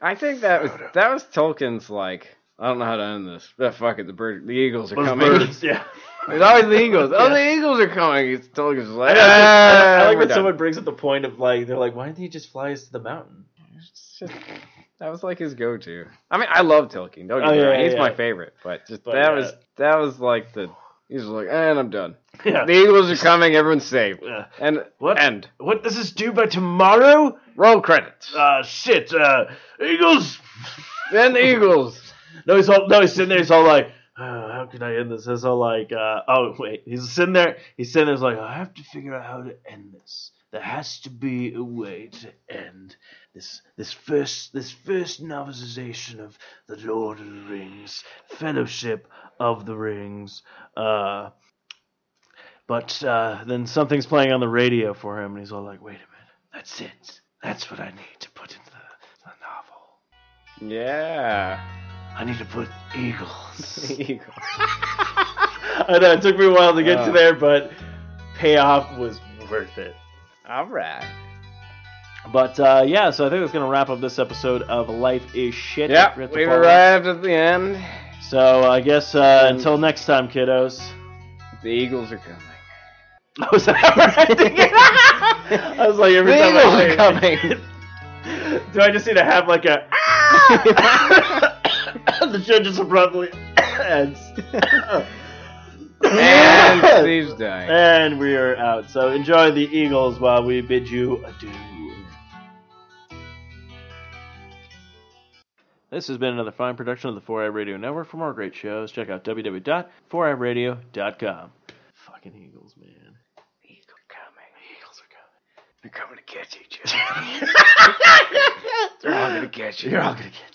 Speaker 3: I think that was that was Tolkien's like I don't know how to end this. That fuck it. The bird, the eagles are
Speaker 1: Those
Speaker 3: coming.
Speaker 1: birds, yeah.
Speaker 3: It's always the eagles. Oh,
Speaker 1: Yeah.
Speaker 3: the eagles are coming. He's totally just
Speaker 1: I,
Speaker 3: like,
Speaker 1: know, I
Speaker 3: "Ah,
Speaker 1: like
Speaker 3: we're
Speaker 1: when
Speaker 3: done."
Speaker 1: someone brings up the point of like they're like, why didn't he just fly us to the mountain?
Speaker 3: It's just- that was like his go-to. I mean, I love Tilking. Don't get
Speaker 1: Oh,
Speaker 3: me
Speaker 1: yeah,
Speaker 3: wrong.
Speaker 1: yeah,
Speaker 3: He's my
Speaker 1: yeah.
Speaker 3: favorite, but just
Speaker 1: But,
Speaker 3: that
Speaker 1: uh,
Speaker 3: was that was like the. He's like, and I'm done.
Speaker 1: Yeah.
Speaker 3: The eagles are coming. Everyone's safe.
Speaker 1: Uh,
Speaker 3: And
Speaker 1: what?
Speaker 3: End.
Speaker 1: What does this do by tomorrow?
Speaker 3: Roll credits.
Speaker 1: Uh, shit. Uh, Eagles.
Speaker 3: Then the eagles.
Speaker 1: No, he's all no. He's sitting there. He's all like, oh, "How can I end this?" It's all like, uh, "Oh wait." He's sitting there. He's sitting there. He's like, "I have to figure out how to end this. There has to be a way to end this this first this first novelization of the Lord of the Rings, Fellowship of the Rings." Uh, but uh, then something's playing on the radio for him, and he's all like, "Wait a minute, that's it. That's what I need to put into the, the novel."
Speaker 3: Yeah.
Speaker 1: I need to put eagles.
Speaker 3: Eagles.
Speaker 1: I know it took me a while to get to
Speaker 3: Uh.
Speaker 1: there, but payoff was worth it.
Speaker 3: All right.
Speaker 1: But uh, yeah, so I think that's gonna wrap up this episode of Life is Shit.
Speaker 3: Yeah,
Speaker 1: Rip the
Speaker 3: we've
Speaker 1: Follow.
Speaker 3: arrived at the end.
Speaker 1: So I guess uh,
Speaker 3: Um,
Speaker 1: until next time, kiddos.
Speaker 3: The eagles are coming.
Speaker 1: I was, I was like, every
Speaker 3: The
Speaker 1: time I
Speaker 3: eagles are
Speaker 1: say it, like, Do I just need to have like a? the show just abruptly ends.
Speaker 3: And Steve's dying.
Speaker 1: And we are out. So enjoy the Eagles while we bid you adieu. This has been another fine production of the 4i Radio Network. For more great shows, check out www.4iradio.com. Fucking Eagles, man. Eagles are coming. Eagles are
Speaker 3: They're coming to get you,
Speaker 1: coming.
Speaker 3: They're all gonna get you.
Speaker 1: You're all gonna get